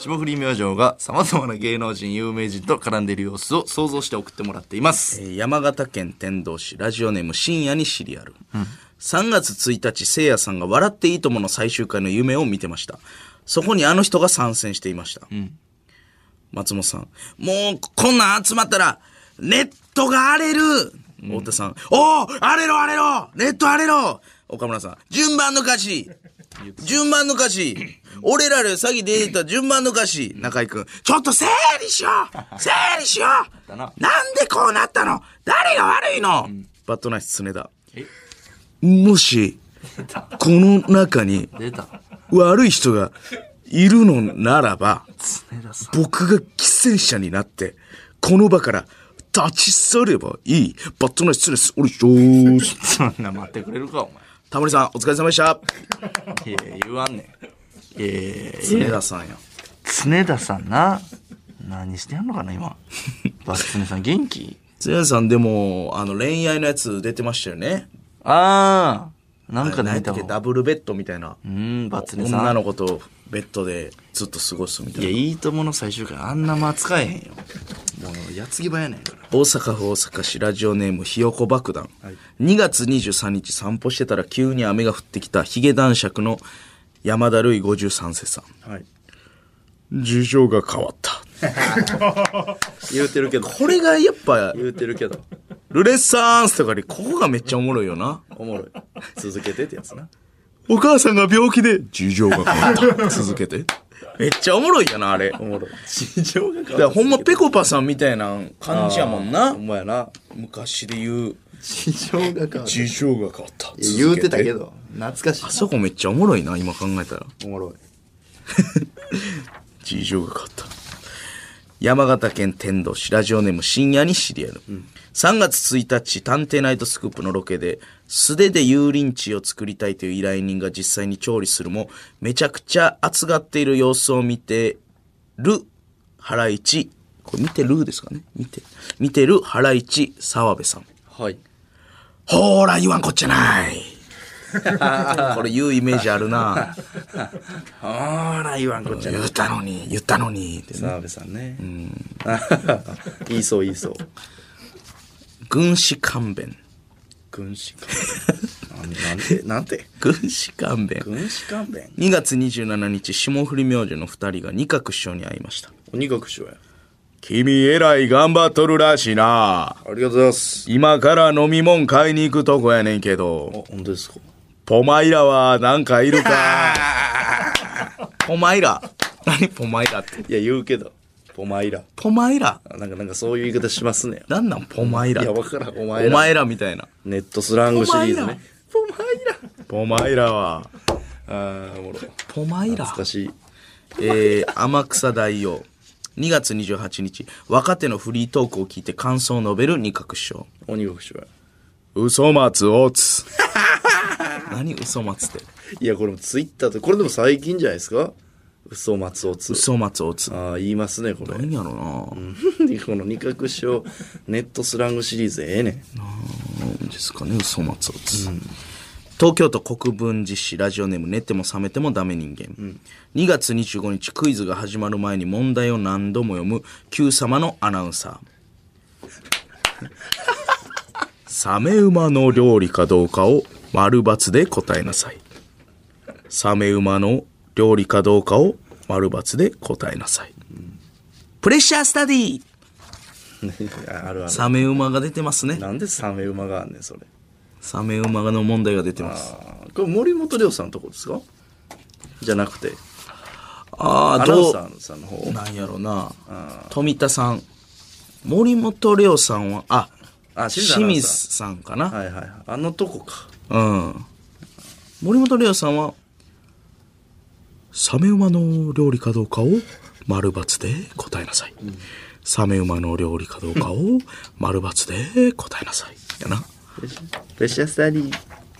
Speaker 1: 霜降り明星が様々な芸能人、有名人と絡んでいる様子を想像して送ってもらっています。
Speaker 2: えー山形県天童市ラジオネーム深夜にシリアル、3月1日せいやさんが「笑っていいとも!」の最終回の夢を見てましたそこにあの人が参戦していました、松本さんもうこんなん集まったらネットが荒れる、太田さんおお荒れろ荒れろネット荒れろ岡村さん順番抜かし順番抜かし俺らより詐欺出てた順番抜かし中居君ちょっと整理しよう整理しようなんでこうなったの誰が悪いの、バッドナイス常田もしこの中に
Speaker 1: 出た。
Speaker 2: 悪い人がいるのならば
Speaker 1: 常田さ
Speaker 2: 僕が犠牲者になってこの場から立ち去ればいいバッドナイス常田おりしょーす
Speaker 1: ん。そんな待ってくれるか、お
Speaker 2: タモリさんお疲れ様でした
Speaker 1: 前。いや、言わんねん。いやいやいや
Speaker 2: 常田さんや
Speaker 1: 常田さんな。
Speaker 4: 何してやんのかな、今。バスツネさん、元気
Speaker 2: つやさんでも、あの恋愛のやつ出てましたよね。
Speaker 4: ああなんか
Speaker 2: 何
Speaker 4: 泣
Speaker 2: やっ
Speaker 4: い
Speaker 2: た
Speaker 4: た
Speaker 2: っけ
Speaker 4: わ。
Speaker 2: ダブルベッドみたいな。
Speaker 4: うん、バツネさん。
Speaker 2: 女の子とベッドでずっと過ごすみた
Speaker 4: いや、
Speaker 2: いない
Speaker 4: いともの最終回、あんな間使えへんよ。もう、やつぎばやねんから。
Speaker 2: 大阪府大阪市ラジオネームひよこ爆弾、2月23日散歩してたら急に雨が降ってきたヒゲ男爵の山田るい53世さん
Speaker 1: はい。
Speaker 2: 事情が変わった
Speaker 1: 言うてるけど。
Speaker 2: これがやっぱ
Speaker 1: 言うてるけど。
Speaker 2: ルネッサンスとかにここがめっちゃおもろいよな
Speaker 1: おもろい。続けてってやつな。
Speaker 2: お母さんが病気で事情が変わ った続けてめっちゃおもろいよなあれだ
Speaker 1: お
Speaker 2: か
Speaker 1: もろい。事情が変
Speaker 2: らほんまペコパさんみたいな感じやもんな
Speaker 1: ほんまやな。
Speaker 2: 昔で言う
Speaker 1: 事情が変わる。
Speaker 2: 事情が変わった
Speaker 1: 言うてたけど、懐かしい
Speaker 2: あ。そこめっちゃおもろいな、今考えたら。
Speaker 1: おもろい。
Speaker 2: 事情が変わった。山形県天童市ラジオネーム深夜に知り合う、3月1日探偵ナイトスクープのロケで素手で油淋鶏を作りたいという依頼人が実際に調理するもめちゃくちゃ熱がっている様子を見てる原市これ見てるですかね見て見てる原市澤部さん
Speaker 1: はい。
Speaker 2: ほーら言わんこっちゃないこれ言うイメージあるな
Speaker 1: ほーら、言わんこっちゃな
Speaker 2: 言ったのに言ったのにってね
Speaker 1: 澤部さんね。うん。言いそう、言いそう。
Speaker 2: 軍師勘弁
Speaker 1: 軍師官弁。なんて、なんて。
Speaker 2: 軍師勘弁
Speaker 1: 軍師官弁
Speaker 2: 2月27日霜降り明星の2人が二角師匠に会いました
Speaker 1: 鬼学長や。
Speaker 2: 君えらい頑張っとるらしい
Speaker 1: あ
Speaker 2: な
Speaker 1: りがとうございます。
Speaker 2: 今から飲み物買いに行くとこやねんけ
Speaker 1: あ、
Speaker 2: ど
Speaker 1: 本当ですか。
Speaker 2: ポマイラはなんかいるか ポマイラ何ポマイラって
Speaker 1: いや、言うけど。ポマイラ。
Speaker 2: ポマイラ
Speaker 1: あなんか、なんかそういう言い方しますね。
Speaker 2: なんなんポマイラ
Speaker 1: い
Speaker 2: っ
Speaker 1: や、
Speaker 2: て
Speaker 1: わからん。お前
Speaker 2: お
Speaker 1: ら。
Speaker 2: 前らみたいな
Speaker 1: ネットスラングシリーズね。
Speaker 2: ポマイラポマイラは
Speaker 1: ああ、おもろ。
Speaker 2: ポマイラ
Speaker 1: 懐かしい。
Speaker 2: えー、天草大王。2月28日、若手のフリートークを聞いて感想を述べる二角師匠。
Speaker 1: 鬼学長や。
Speaker 2: 嘘松大津。 何嘘松って。
Speaker 1: いや、これもツイッターと、これでも最近じゃないですか嘘松尾つ。
Speaker 2: 嘘松大津。
Speaker 1: ああ、言います ね、これ。
Speaker 2: 何やろな、
Speaker 1: この二角章ネットスラングシリーズええねん。
Speaker 2: なんですかね、嘘松大津。東京都国分寺市ラジオネーム寝ても覚めてもダメ人間、2月25日クイズが始まる前に問題を何度も読む Q 様のアナウン サーサメ馬の料理かどうかを丸×で答えなさいサメ馬の料理かどうかを丸×で答えなさい、プレッシャースタディ
Speaker 1: ああるある。
Speaker 2: サメ馬が出てますね
Speaker 1: なんでサメ馬があんねん、それ。
Speaker 2: サメ馬の問題が出てます
Speaker 1: あーこれ森本涼さんのとこですかじゃなくて、
Speaker 2: あ
Speaker 1: ア
Speaker 2: あ
Speaker 1: ナウ
Speaker 2: ど
Speaker 1: ン
Speaker 2: う
Speaker 1: サーさんの方。
Speaker 2: なんやろな富田さん森本レオさんはあ
Speaker 1: あ清水アナ
Speaker 2: 清
Speaker 1: ウンサー
Speaker 2: 水さんかな、
Speaker 1: はいはいはい。あのとこか。
Speaker 2: うん森本レオさんはサメ馬の料理かどうかを丸×で答えなさい、サメ馬の料理かどう かを丸×で答えなさいやな
Speaker 1: プレッシャースタディ。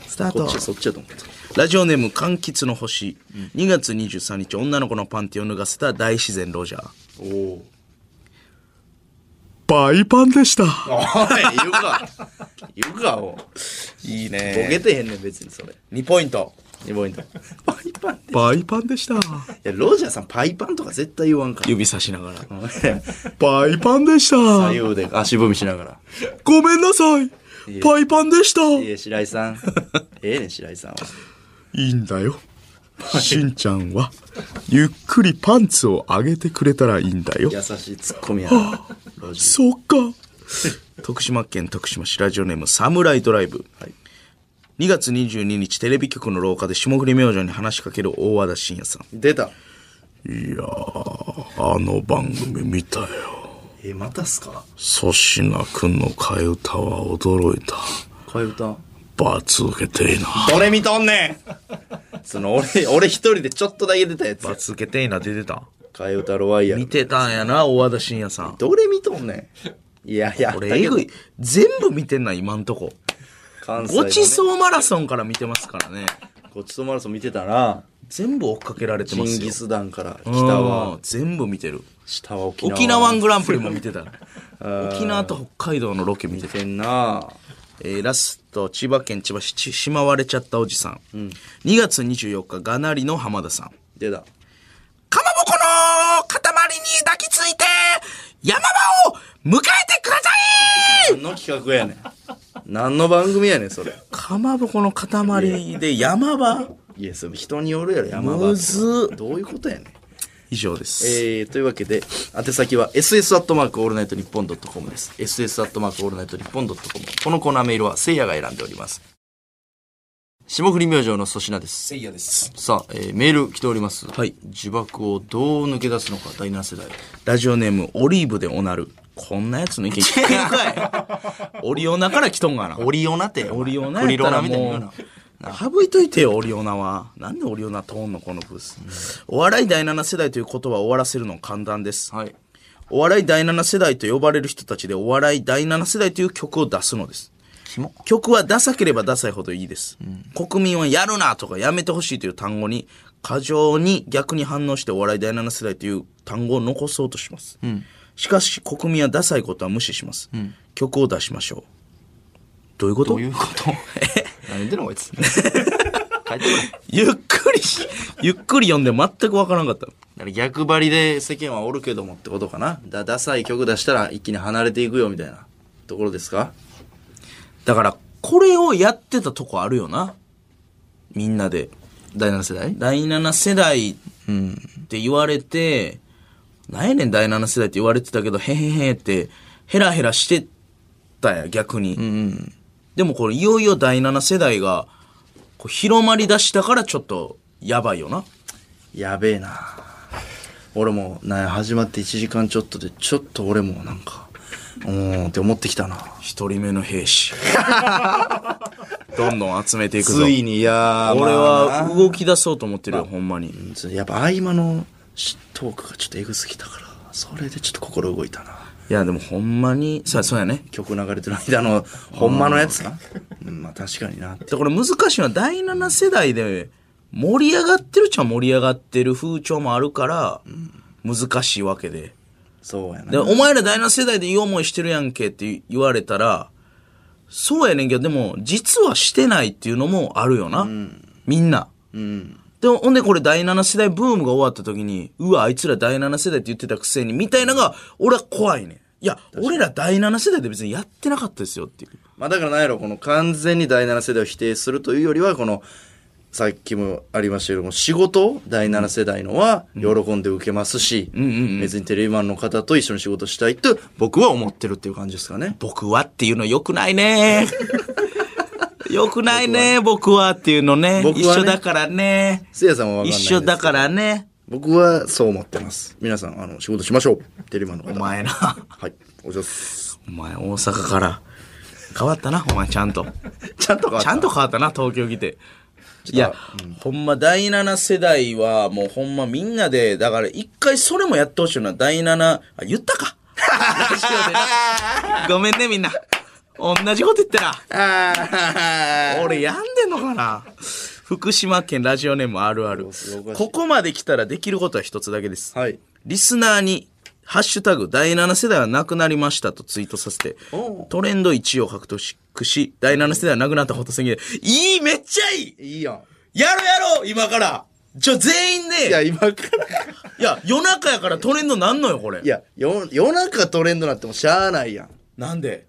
Speaker 2: スター
Speaker 1: こ
Speaker 2: ト
Speaker 1: っち、そっちやと思った。
Speaker 2: ラジオネーム柑橘の星、2月23日女の子のパンティを脱がせた大自然ロジャー
Speaker 1: おお。
Speaker 2: バイパンでした
Speaker 1: おい、言うか。言うか、お
Speaker 2: いい
Speaker 1: ボケ
Speaker 2: ね。
Speaker 1: てへんねん、別にそれ。
Speaker 2: 2ポイント。
Speaker 1: 2ポイント。パイパンって。い
Speaker 2: バイパンでした。
Speaker 1: や、ロジャーさん、パイパンとか絶対言わんから。
Speaker 2: 指差しながら。バイパンでした。
Speaker 1: 左右で足踏みしながら。
Speaker 2: ごめんなさい。バイパンでした。
Speaker 1: い
Speaker 2: い
Speaker 1: え、白井さん。ええねん、白井さんは。
Speaker 2: いんだよ。しんちゃんは、ゆっくりパンツを上げてくれたらいいんだよ
Speaker 1: 優。しいツッコミや な。ロジ
Speaker 2: そっか。徳島県徳島市ラジオネームサムライドライブ。
Speaker 1: はい
Speaker 2: 2月22日テレビ局の廊下で霜降り明星に話しかける大和田伸也さん。
Speaker 1: 出た。
Speaker 2: いやー、あの番組見たよ。
Speaker 1: え、またっすか
Speaker 2: 粗品君の替え歌は驚いた。
Speaker 1: 替え歌。
Speaker 2: 罰受けていな。
Speaker 1: どれ見とんねんその、俺、俺一人でちょっとだけ出たやつ。
Speaker 2: 罰受けていな出てた
Speaker 1: 替え歌ロワイヤル
Speaker 2: 見。てたんやな、大和田伸也さん。
Speaker 1: どれ見とんねんいやいや、
Speaker 2: 俺、
Speaker 1: だけ
Speaker 2: え
Speaker 1: ど
Speaker 2: ぐい。。全部見てんな、今んとこ。
Speaker 1: 関西の
Speaker 2: ご
Speaker 1: ね
Speaker 2: ちそうマラソンから見てますからね。
Speaker 1: ごちそうマラソン見てたな。
Speaker 2: 全部追っかけられて
Speaker 1: ジ
Speaker 2: ますよ
Speaker 1: ンギスダンから北
Speaker 2: う
Speaker 1: は
Speaker 2: ん、全部見てる
Speaker 1: 下は沖縄。
Speaker 2: 沖縄ワングランプリも見 てた沖縄と北海道のロケ見て
Speaker 1: 見
Speaker 2: た、
Speaker 1: てんな
Speaker 2: えーラスト千葉県千葉市ちしまわれちゃったおじさん、2月24日がなりの浜田さん
Speaker 1: 出た。
Speaker 2: かまぼこの塊に抱きついて山場を迎えてください
Speaker 1: 何の企画やねん。何の番組やねん、それ。
Speaker 2: かまぼこの塊で山場
Speaker 1: いや、それ人によるやろ、山場。
Speaker 2: むず
Speaker 1: どういうことやねん。
Speaker 2: 以上です、
Speaker 1: えー、というわけで、宛先は ss アットマークオールナイトニッポンドットコムです。ss アットマークオールナイトニッポンドットコム。このコーナーメールはせいやが選んでおります。霜降り明星の粗品です。
Speaker 2: せいやです
Speaker 1: さあ、えー、メール来ております。
Speaker 2: はい
Speaker 1: 自爆をどう抜け出すのか、第7世代。
Speaker 2: ラジオネームオリーブでおなるこんなやつの意見聞けるかい オリオナから来とんかな
Speaker 5: オリオナって。
Speaker 2: オリオナ
Speaker 5: ク
Speaker 2: や
Speaker 5: リ
Speaker 2: った
Speaker 5: ロナ
Speaker 2: ら
Speaker 5: みたいに言う
Speaker 2: も
Speaker 5: な
Speaker 2: う。省いといてよ、オリオナは。なんでオリオナ通んの、このブース。お笑い第7世代ということは終わらせるの簡単です。
Speaker 5: はい。
Speaker 2: お笑い第7世代と呼ばれる人たちでお笑い第7世代という曲を出すのです。曲はダサければダサいほどいいです。国民はやるなとかやめてほしいという単語に、過剰に逆に反応してお笑い第7世代という単語を残そうとします。しかし国民はダサいことは無視します。曲を出しましょう。どういうこと
Speaker 5: どういうこと何言ってんのこいつ。帰ってこい。
Speaker 2: ゆっくりし、 ゆっくり読んで全くわからんかった。
Speaker 1: だから逆張りで世間はおるけどもってことかな。だ、ダサい曲出したら一気に離れていくよ、みたいなところですか
Speaker 2: だから、これをやってたとこあるよな。みんなで。
Speaker 1: 第7世代
Speaker 2: 第7世代って言われて、なんやねん第7世代って言われてたけど、へへへって、ヘラヘラしてたや、逆に。でもこれ、いよいよ第7世代が、こう広まり出したからちょっと、やばいよな。
Speaker 1: やべえな俺もな始まって1時間ちょっとでちょっと俺もなんかうーんって思ってきたな
Speaker 2: 一人目の 兵士。どんどん集めていくぞ。
Speaker 1: ついにいやー
Speaker 2: 俺
Speaker 1: まあ
Speaker 2: は
Speaker 1: な
Speaker 2: 動き出そうと思ってるよ、ほんまに。
Speaker 1: ちょっとやっぱ合間のしトークがちょっとエグすぎたからそれでちょっと心動いたない
Speaker 2: や、でもほんまに、さあ、そうやね。
Speaker 1: 曲流れてる間のほんまのやつなうんまあ確かになって
Speaker 2: で、これ難しいのは第7世代で盛り上がってるっちゃ盛り上がってる風潮もあるから、難しいわけで。
Speaker 1: そうや
Speaker 2: で、
Speaker 1: な
Speaker 2: お前ら第7世代でいい思いしてるやんけって言われたら、そうやねんけど、でも、実はしてないっていうのもあるよな。みんな。で、ほんでこれ第7世代ブームが終わった時に、うわ、あいつら第7世代って言ってたくせに、みたいなのが、俺は怖いねん。いや、俺ら第7世代で別にやってなかったですよっていう。
Speaker 1: まあだからなんやろこの完全に第7世代を否定するというよりはこのさっきもありましたけども仕事を第7世代のは喜んで受けますし、別にテレビマンの方と一緒に仕事したいと僕は思ってるっていう感じですかね。
Speaker 2: 僕はっていうの良くない ね。良くないね、僕はっていうのね。
Speaker 1: 僕
Speaker 2: 一
Speaker 1: はね
Speaker 2: 緒だからね。
Speaker 1: せいやさんはわかん
Speaker 2: 一
Speaker 1: ないんです
Speaker 2: 緒だからね。
Speaker 1: 僕はそう思ってます。皆さんあの仕事しましょう。テレビマンの方。
Speaker 2: お前な。
Speaker 1: はい。おじゃす。
Speaker 2: お前大阪から変わったな、お前ちゃんと。
Speaker 1: ちゃんとか
Speaker 2: ちゃんと変わったな、東京来て。
Speaker 1: と
Speaker 2: いや、ほんま第7世代はもうほんまみんなで、だから一回それもやってほしいな。第7、あ、言ったか。 ラジオでなごめんねみんな。同じこと言ってな。 俺病んでんのかな福島県ラジオネームあるある
Speaker 1: すごいおかしい
Speaker 2: ここまで来たらできることは一つだけです、
Speaker 1: はい
Speaker 2: リスナーに「ハッシュタグ第7世代はなくなりました」とツイートさせてトレンド1位を獲得し第7世代はなくなったこと宣言いいめっちゃいい
Speaker 1: いいやん。
Speaker 2: やろうやろう今からちょ全員で
Speaker 1: い
Speaker 2: い
Speaker 1: や、
Speaker 2: や
Speaker 1: 今から。
Speaker 2: 夜中やからトレンドなんのよこれ
Speaker 1: いや、よ夜中トレンドなってもしゃあないやん。
Speaker 2: なんで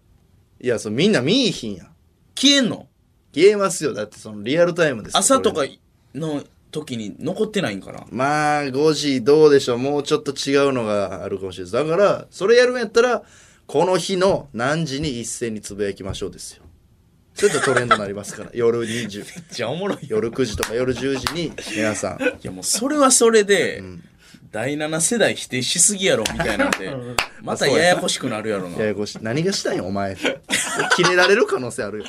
Speaker 1: いや、そうみんな見いひんやん。
Speaker 2: 消えんの
Speaker 1: 消えますよ。だってそのリアルタイムですよ
Speaker 2: 朝と
Speaker 1: ト
Speaker 2: か
Speaker 1: レンド
Speaker 2: の時に残ってないんかな
Speaker 1: まあ、5時どうでしょう。もうちょっと違うのがあるかもしれないです。だから、それやるんやったら、この日の何時に一斉につぶやきましょうですよ。ちょっとトレンドになりますから。 夜20、
Speaker 2: じゃあおもろい
Speaker 1: 夜9時とか夜10時に皆さん、
Speaker 2: いやもうそれはそれで、第7世代否定しすぎやろみたいな んでまたややこしくなるやろな
Speaker 1: ややこしい。何がしたいんお前。キレられる可能性あるよ。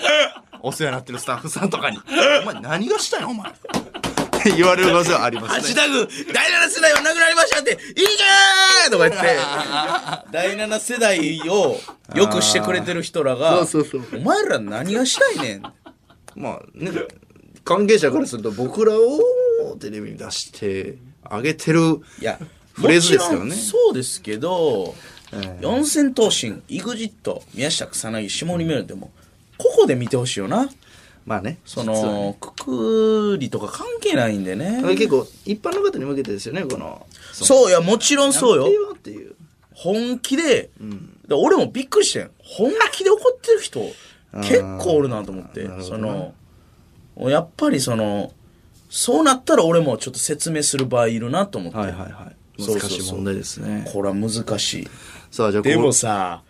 Speaker 5: お世話になってるスタッフさんとか に。
Speaker 1: お前何がしたいんお前。って言われる可能性はありま
Speaker 2: ハッ
Speaker 1: す
Speaker 2: シュ
Speaker 1: ね。
Speaker 2: タグ第7世代はなくなりましたっていいじゃーんとか 言って第7世代をよくしてくれてる人らが
Speaker 1: そうそうそ
Speaker 2: お前ら何がしたいねん
Speaker 1: まあね、関係者からすると僕らををテレビに出してあげてる
Speaker 2: いや、
Speaker 1: フレーズですからね
Speaker 2: もちろんそうですけど、四千頭身、イグジット、宮下草薙、下に見るでも、ここで見てほしいよな。
Speaker 1: まあね
Speaker 2: そ
Speaker 1: 実は
Speaker 2: の、くくりとか関係ないんで
Speaker 1: だから
Speaker 2: ね。
Speaker 1: 結構一般の方に向けてですよねこの
Speaker 2: そう、いや、もちろんそうよ。
Speaker 1: 平和っていう
Speaker 2: 本気で、だから俺もびっくりしてん。本気で怒ってる人、結構おるなと思って。その、やっぱりその、そうなったら俺もちょっと説明する場合いるなと思って。
Speaker 1: はいはいはい
Speaker 2: そう
Speaker 1: 難
Speaker 2: そう
Speaker 1: し
Speaker 2: そう
Speaker 1: い問題ですね
Speaker 2: これは難しい。
Speaker 1: さあじゃあこ
Speaker 2: でもさ、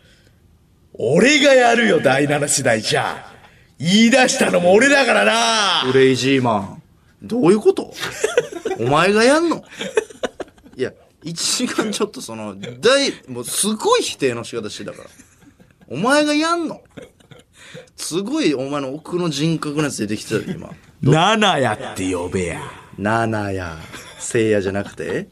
Speaker 2: 俺がやるよ、第7世代じゃあ。言い出したのも俺だからな
Speaker 1: クレイジーマンどういうことお前がやんのいや1時間ちょっとその大もうすごい否定の仕方してたからお前がやんのすごいお前の奥の人格のやつ出てきてたよ今
Speaker 6: 7やって呼べや。
Speaker 1: ナナやせいやじゃなくて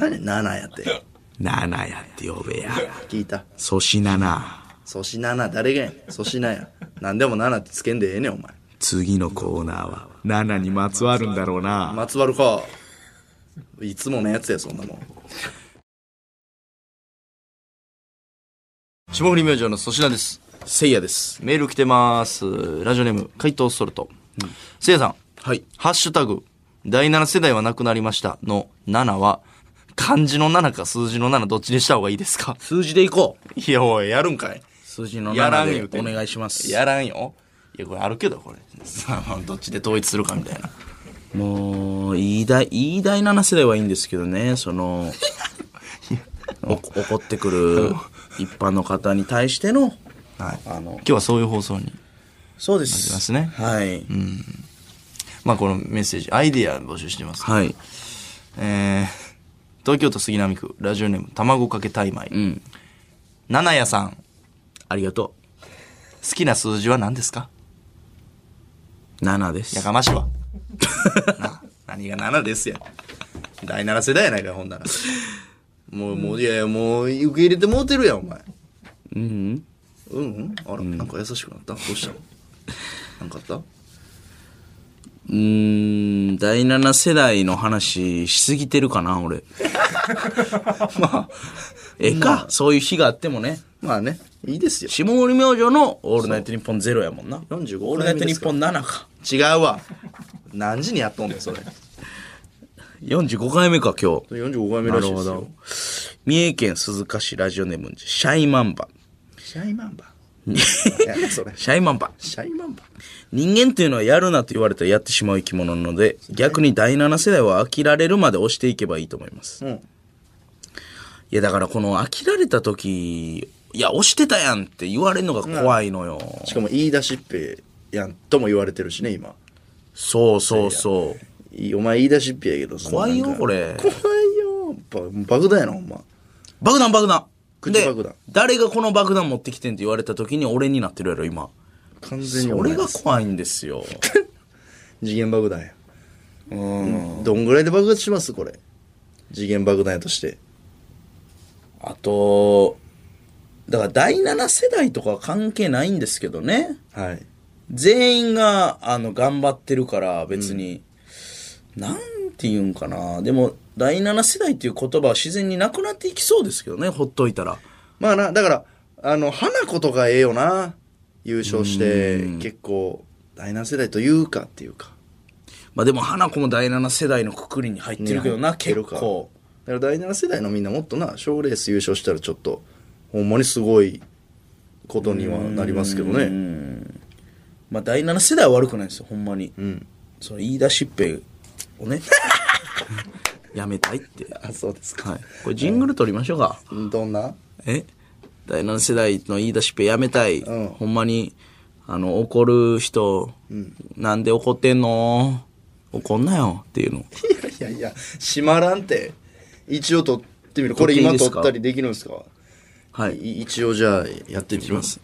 Speaker 1: 何ナナやって
Speaker 6: 7やって呼べや。
Speaker 1: 聞いた
Speaker 6: 粗品な。
Speaker 1: 粗品な誰がやねん粗品や何でもナナってつけんでええねんお前
Speaker 6: 次のコーナーは7にまつわるんだろうな。
Speaker 1: 松丸かいつものやつやそんなもん霜降り明星の粗品です
Speaker 2: せいやです。
Speaker 1: メール来てますラジオネーム怪盗ソルト、せいやさん
Speaker 2: はい。
Speaker 1: ハッシュタグ第7世代はなくなりましたの7は漢字の7か数字の7どっちにした方がいいですか
Speaker 2: 数字でいこう。
Speaker 1: いやおいやるんかい
Speaker 2: 数字の
Speaker 1: やらんよ
Speaker 2: 7でお願いします。
Speaker 1: やらんよいやこれあるけどこれ さあどっちで統一するかみたいな
Speaker 2: もう、いい第、いい第7世代はいいんですけどね、その、お怒ってくる一般の方に対しての、あの
Speaker 1: 今、日はそういう放送に
Speaker 2: そうです。
Speaker 1: りますね
Speaker 2: はい。
Speaker 1: まあこのメッセージアイディア募集してます
Speaker 2: はい。
Speaker 1: えー東京都杉並区、ラジオネーム、卵かけタイマイ。
Speaker 2: ん
Speaker 1: 七谷さん、
Speaker 2: ありがと
Speaker 1: 好きな数字は何ですか
Speaker 2: う。7です。
Speaker 1: やかましい わ。な何が7ですや。第7世代やないかい、ほんなら。もう、もう、いやいや、もう、受け入れてもうてるやん、お前。
Speaker 2: うん。
Speaker 1: うん、うん、あら、なんか優しくなったどうしたのなんかあった
Speaker 2: うーん、第7世代の話しすぎてるかな、俺。まあ、ええか、そういう日があってもね。
Speaker 1: まあね、いいですよ。
Speaker 2: 下森明星の「オールナイトニッポンゼロやもんな
Speaker 1: そう45
Speaker 2: オールナイトニッポン7か
Speaker 1: 違うわ。何時にやっとんねん、それ。
Speaker 2: 45回目か今日
Speaker 1: 45回目
Speaker 2: な
Speaker 1: ら
Speaker 2: る
Speaker 1: しいで
Speaker 2: ほ
Speaker 1: すよ
Speaker 2: ど。三重県鈴鹿市ラジオネームシャイマンバ
Speaker 1: シャイマンバ。いや、それ。
Speaker 2: シャイマンバ
Speaker 1: シャイマンバ。
Speaker 2: 人間というのはやるなと言われたらやってしまう生き物なので逆に第7世代は飽きられるまで押していけばいいと思います、
Speaker 1: ん
Speaker 2: いやだからこの飽きられた時いや押してたやんって言われるのが怖いのよ、
Speaker 1: しかも言い出しっぺやんとも言われてるしね今
Speaker 2: そうそうそう
Speaker 1: いいお前言い出しっぺやけどその
Speaker 2: 怖いよ
Speaker 1: なんか
Speaker 2: これ
Speaker 1: 怖いよば爆弾やなほんま
Speaker 2: 爆弾爆弾
Speaker 1: 口
Speaker 2: で
Speaker 1: 爆弾
Speaker 2: 誰がこの爆弾持ってきてんって言われた時に俺になってるやろ今
Speaker 1: 完全にお
Speaker 2: 俺
Speaker 1: 前
Speaker 2: が怖いんですよ
Speaker 1: 次元爆弾やうんどんぐらいで爆発しますこれ次元爆弾やとして
Speaker 2: あとだから第7世代とかは関係ないんですけどね
Speaker 1: はい
Speaker 2: 全員があの頑張ってるから別に、なんて言うんかなでも第7世代っていう言葉は自然になくなっていきそうですけどねほっといたら
Speaker 1: まあなだからあの花子とかええよな優勝して結構第7世代というかっていうか
Speaker 2: まあでも花子も第7世代のくくりに入ってるけどな、
Speaker 1: ね入って
Speaker 2: 結
Speaker 1: るか
Speaker 2: 構
Speaker 1: だから第7世代のみんなもっとな賞レース優勝したらちょっとほんまにすごいことにはなりますけどね
Speaker 2: まあ第7世代は悪くないですよほんまに、
Speaker 1: ん
Speaker 2: その言い出しっぺをね やめたい って
Speaker 1: あそうですか
Speaker 2: はいこれジングル取りましょうか、
Speaker 1: どんな
Speaker 2: え第7世代の言い出しっぺやめたい、
Speaker 1: うん
Speaker 2: ほんまにあの怒る人、なんで怒ってんの怒んなよっていうの
Speaker 1: いやいや閉まらんて一応撮ってみるこれ
Speaker 2: 撮っていい
Speaker 1: 今
Speaker 2: です
Speaker 1: 撮
Speaker 2: か
Speaker 1: ったりできるんですか
Speaker 2: はい
Speaker 1: い一応じゃあやってみます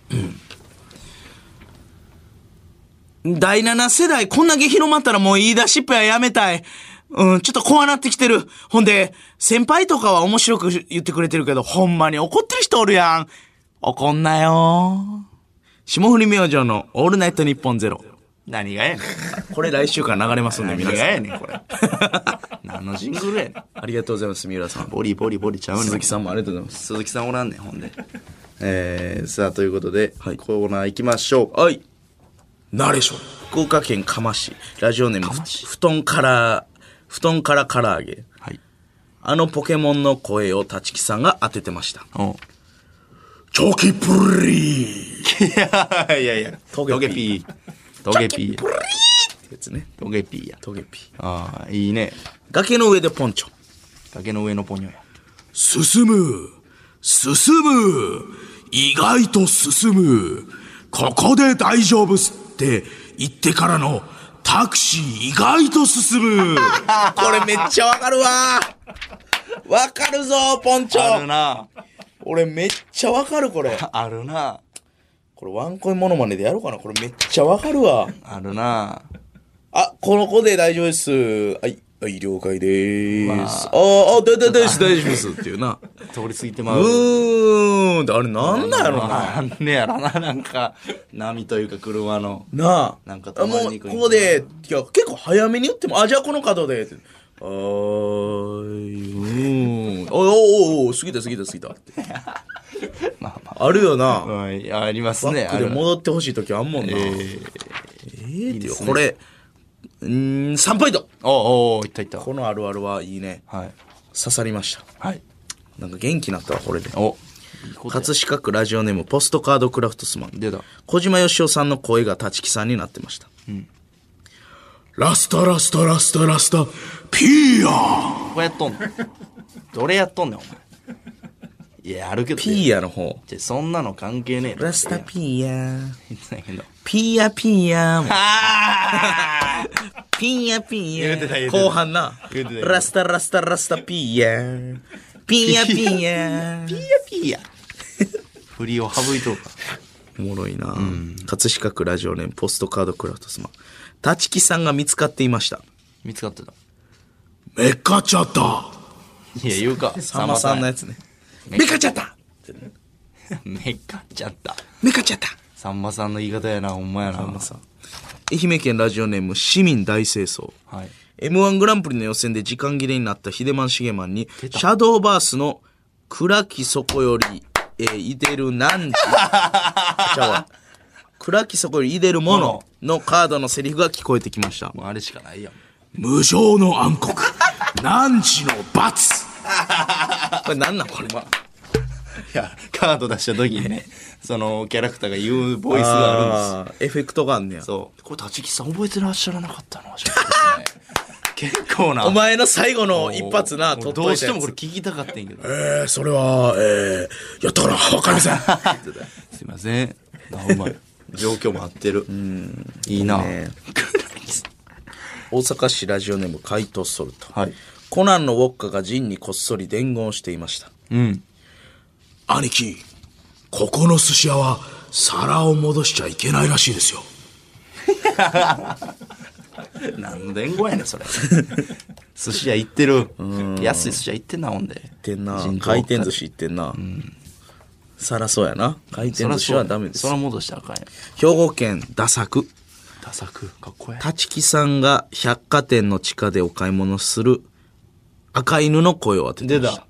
Speaker 2: 第7世代こんだけ広まったらもう言い出しっぺはやめたいうん、ちょっと怖なってきてる。ほんで、先輩とかは面白く言ってくれてるけど、ほんまに怒ってる人おるやん。怒んなよ。霜降り明星のオールナイトニッポンゼロ。
Speaker 1: 何がやねん。
Speaker 2: これ来週から流れますんで、
Speaker 1: 何
Speaker 2: 皆
Speaker 1: が
Speaker 2: さん。
Speaker 1: やねん、こ れ。何のジングルやねん。
Speaker 2: ありがとうございます、三浦さん。
Speaker 1: ボリボリボリちゃうねん。
Speaker 2: 鈴木さんもありがとうございます。
Speaker 7: 鈴木さんおらんねん、ほん で。えー、さあ、ということで、
Speaker 2: はい
Speaker 7: コーナー行きましょう。
Speaker 2: はい。ナレーション。福岡県釜市。ラジオネーム、布団から、布団から唐揚げ。
Speaker 1: はい。
Speaker 2: あのポケモンの声を立木さんが当ててました。
Speaker 1: お
Speaker 2: チョキプリー
Speaker 1: いやいやいや、ト
Speaker 2: ゲ
Speaker 1: ゲピー。トゲピー。
Speaker 2: ってやつね。
Speaker 1: トゲピーや。
Speaker 2: トゲピー。
Speaker 1: ああ、いいね。
Speaker 2: 崖の上でポンチョ。
Speaker 1: 崖の上のポニョや。
Speaker 2: 進む進む意外と進むここで大丈夫っすって言ってからのタクシー意外と進む これめっちゃわかるわわかるぞポンチ
Speaker 1: ある
Speaker 2: ョ
Speaker 1: な。
Speaker 2: 俺めっちゃわかるこ れ
Speaker 1: あるな。
Speaker 2: これワンコインモノマネでやろうかなこれめっちゃわかるわ
Speaker 1: あるな。
Speaker 2: あ、この子で大丈夫です。はい、はい、了解でーす。あー、あ、大丈夫です、大丈夫ですっていうな。
Speaker 1: 通り過ぎて
Speaker 2: う
Speaker 1: まう。
Speaker 2: ーんってあれなんなんやろな。
Speaker 1: なんねやろな、なんか、波というか車の。
Speaker 2: なあ。
Speaker 1: なんか止まりにくい
Speaker 2: あもう、ここで、いや、結構早めに打っても、あ、じゃあこの角で。ってあーい、うーん。おいおいおいおい過ぎた過ぎた過ぎたって。
Speaker 1: まあま
Speaker 2: あるよな。
Speaker 1: あ。うん、いやありますね。あ
Speaker 2: バックで
Speaker 1: る
Speaker 2: 戻ってほしい時あんもんな。えー、えってよこれ、うーん、3ポイント
Speaker 1: おうおういったいった。
Speaker 2: このあるあるはいいね。
Speaker 1: はい。
Speaker 2: 刺さりました。
Speaker 1: はい。
Speaker 2: なんか元気になったわ、これで。
Speaker 1: お、
Speaker 2: 葛飾区ラジオネームポストカードクラフトスマン
Speaker 1: 出た。
Speaker 2: 小島よしおさんの声が立木さんになってました、ラスタラスタラスタラスタピーヤ
Speaker 1: これやっとんのどれやっとんねん、お前。いや、あるけどね。
Speaker 2: ピーヤの方
Speaker 1: じゃそんなの関係ねえ
Speaker 2: ラスタピーヤ
Speaker 1: ー。けど。
Speaker 2: ピーヤピー ヤも
Speaker 1: あ
Speaker 2: ピーヤピ
Speaker 1: 言うてた言うて
Speaker 2: ーヤ
Speaker 1: た
Speaker 2: 後半な
Speaker 1: 言うてた言うてた
Speaker 2: ラスタラスタラスタピーヤピーヤピーヤ
Speaker 1: ピーやピーや。振りを省いとうか。
Speaker 2: おもろいな、葛飾区ラジオネームポストカードクラフトスマン立木さんが見つかっていました
Speaker 1: 見つかってた。
Speaker 2: めっかちゃった
Speaker 1: いや、言うか。
Speaker 2: さんまさんのやつね。めかちゃった
Speaker 1: さんまさん。めっかっちゃった。
Speaker 2: めかちゃった
Speaker 1: さんまさんの言い方やな、ほんまやな。
Speaker 2: さんまさん。愛媛県ラジオネーム市民大清掃。
Speaker 1: はい。
Speaker 2: M1 グランプリの予選で時間切れになったヒデマン・シゲマンに、シャドーバースの暗きそこより、えー、いでる 何時ちゃうわ暗きそこよりいでるもののカードのセリフが聞こえてきました。
Speaker 1: もうあれしかないやん。
Speaker 2: 無情の暗黒。何時の罰 これなんなんこれ。
Speaker 1: いや、カード出した時にね、そのキャラクターが言うボイスがあるんで
Speaker 2: あーエフェクトがあんねや
Speaker 1: す。。そう。これ、立木さん覚えてらっしゃらなかったの結構な。
Speaker 2: お前の最後の一発
Speaker 1: も
Speaker 2: な、取
Speaker 1: う
Speaker 2: っと
Speaker 1: どう
Speaker 2: い
Speaker 1: したて
Speaker 2: や
Speaker 1: も
Speaker 2: つ
Speaker 1: これ聞きたかったんやけど。
Speaker 2: えー、それは、えー、やったから、わかりません。
Speaker 1: すいません。あ、うまい。
Speaker 7: 状況も合って る。
Speaker 1: いいな。
Speaker 2: ね大阪市ラジオネーム、怪盗ソルト。
Speaker 1: はい
Speaker 2: コナンのウォッカがジンにこっそり伝言していました。
Speaker 1: うん。
Speaker 8: 兄貴ここの寿司屋は皿を戻しちゃいけないらしいですよ
Speaker 1: 何の伝言やねん、 それ。寿司屋行ってる。安い寿司屋行ってんな、ほんで。行っ
Speaker 2: ってんな、回転寿司行ってんな。さらそうやな。回転寿司はダメです
Speaker 1: そ。ら戻したらあかんやん。
Speaker 2: 兵庫県ダサク。
Speaker 1: ダサく、かっこええ。
Speaker 2: 立木さんが百貨店の地下でお買い物する赤犬の声を当てて
Speaker 1: 出
Speaker 2: ました
Speaker 1: た。。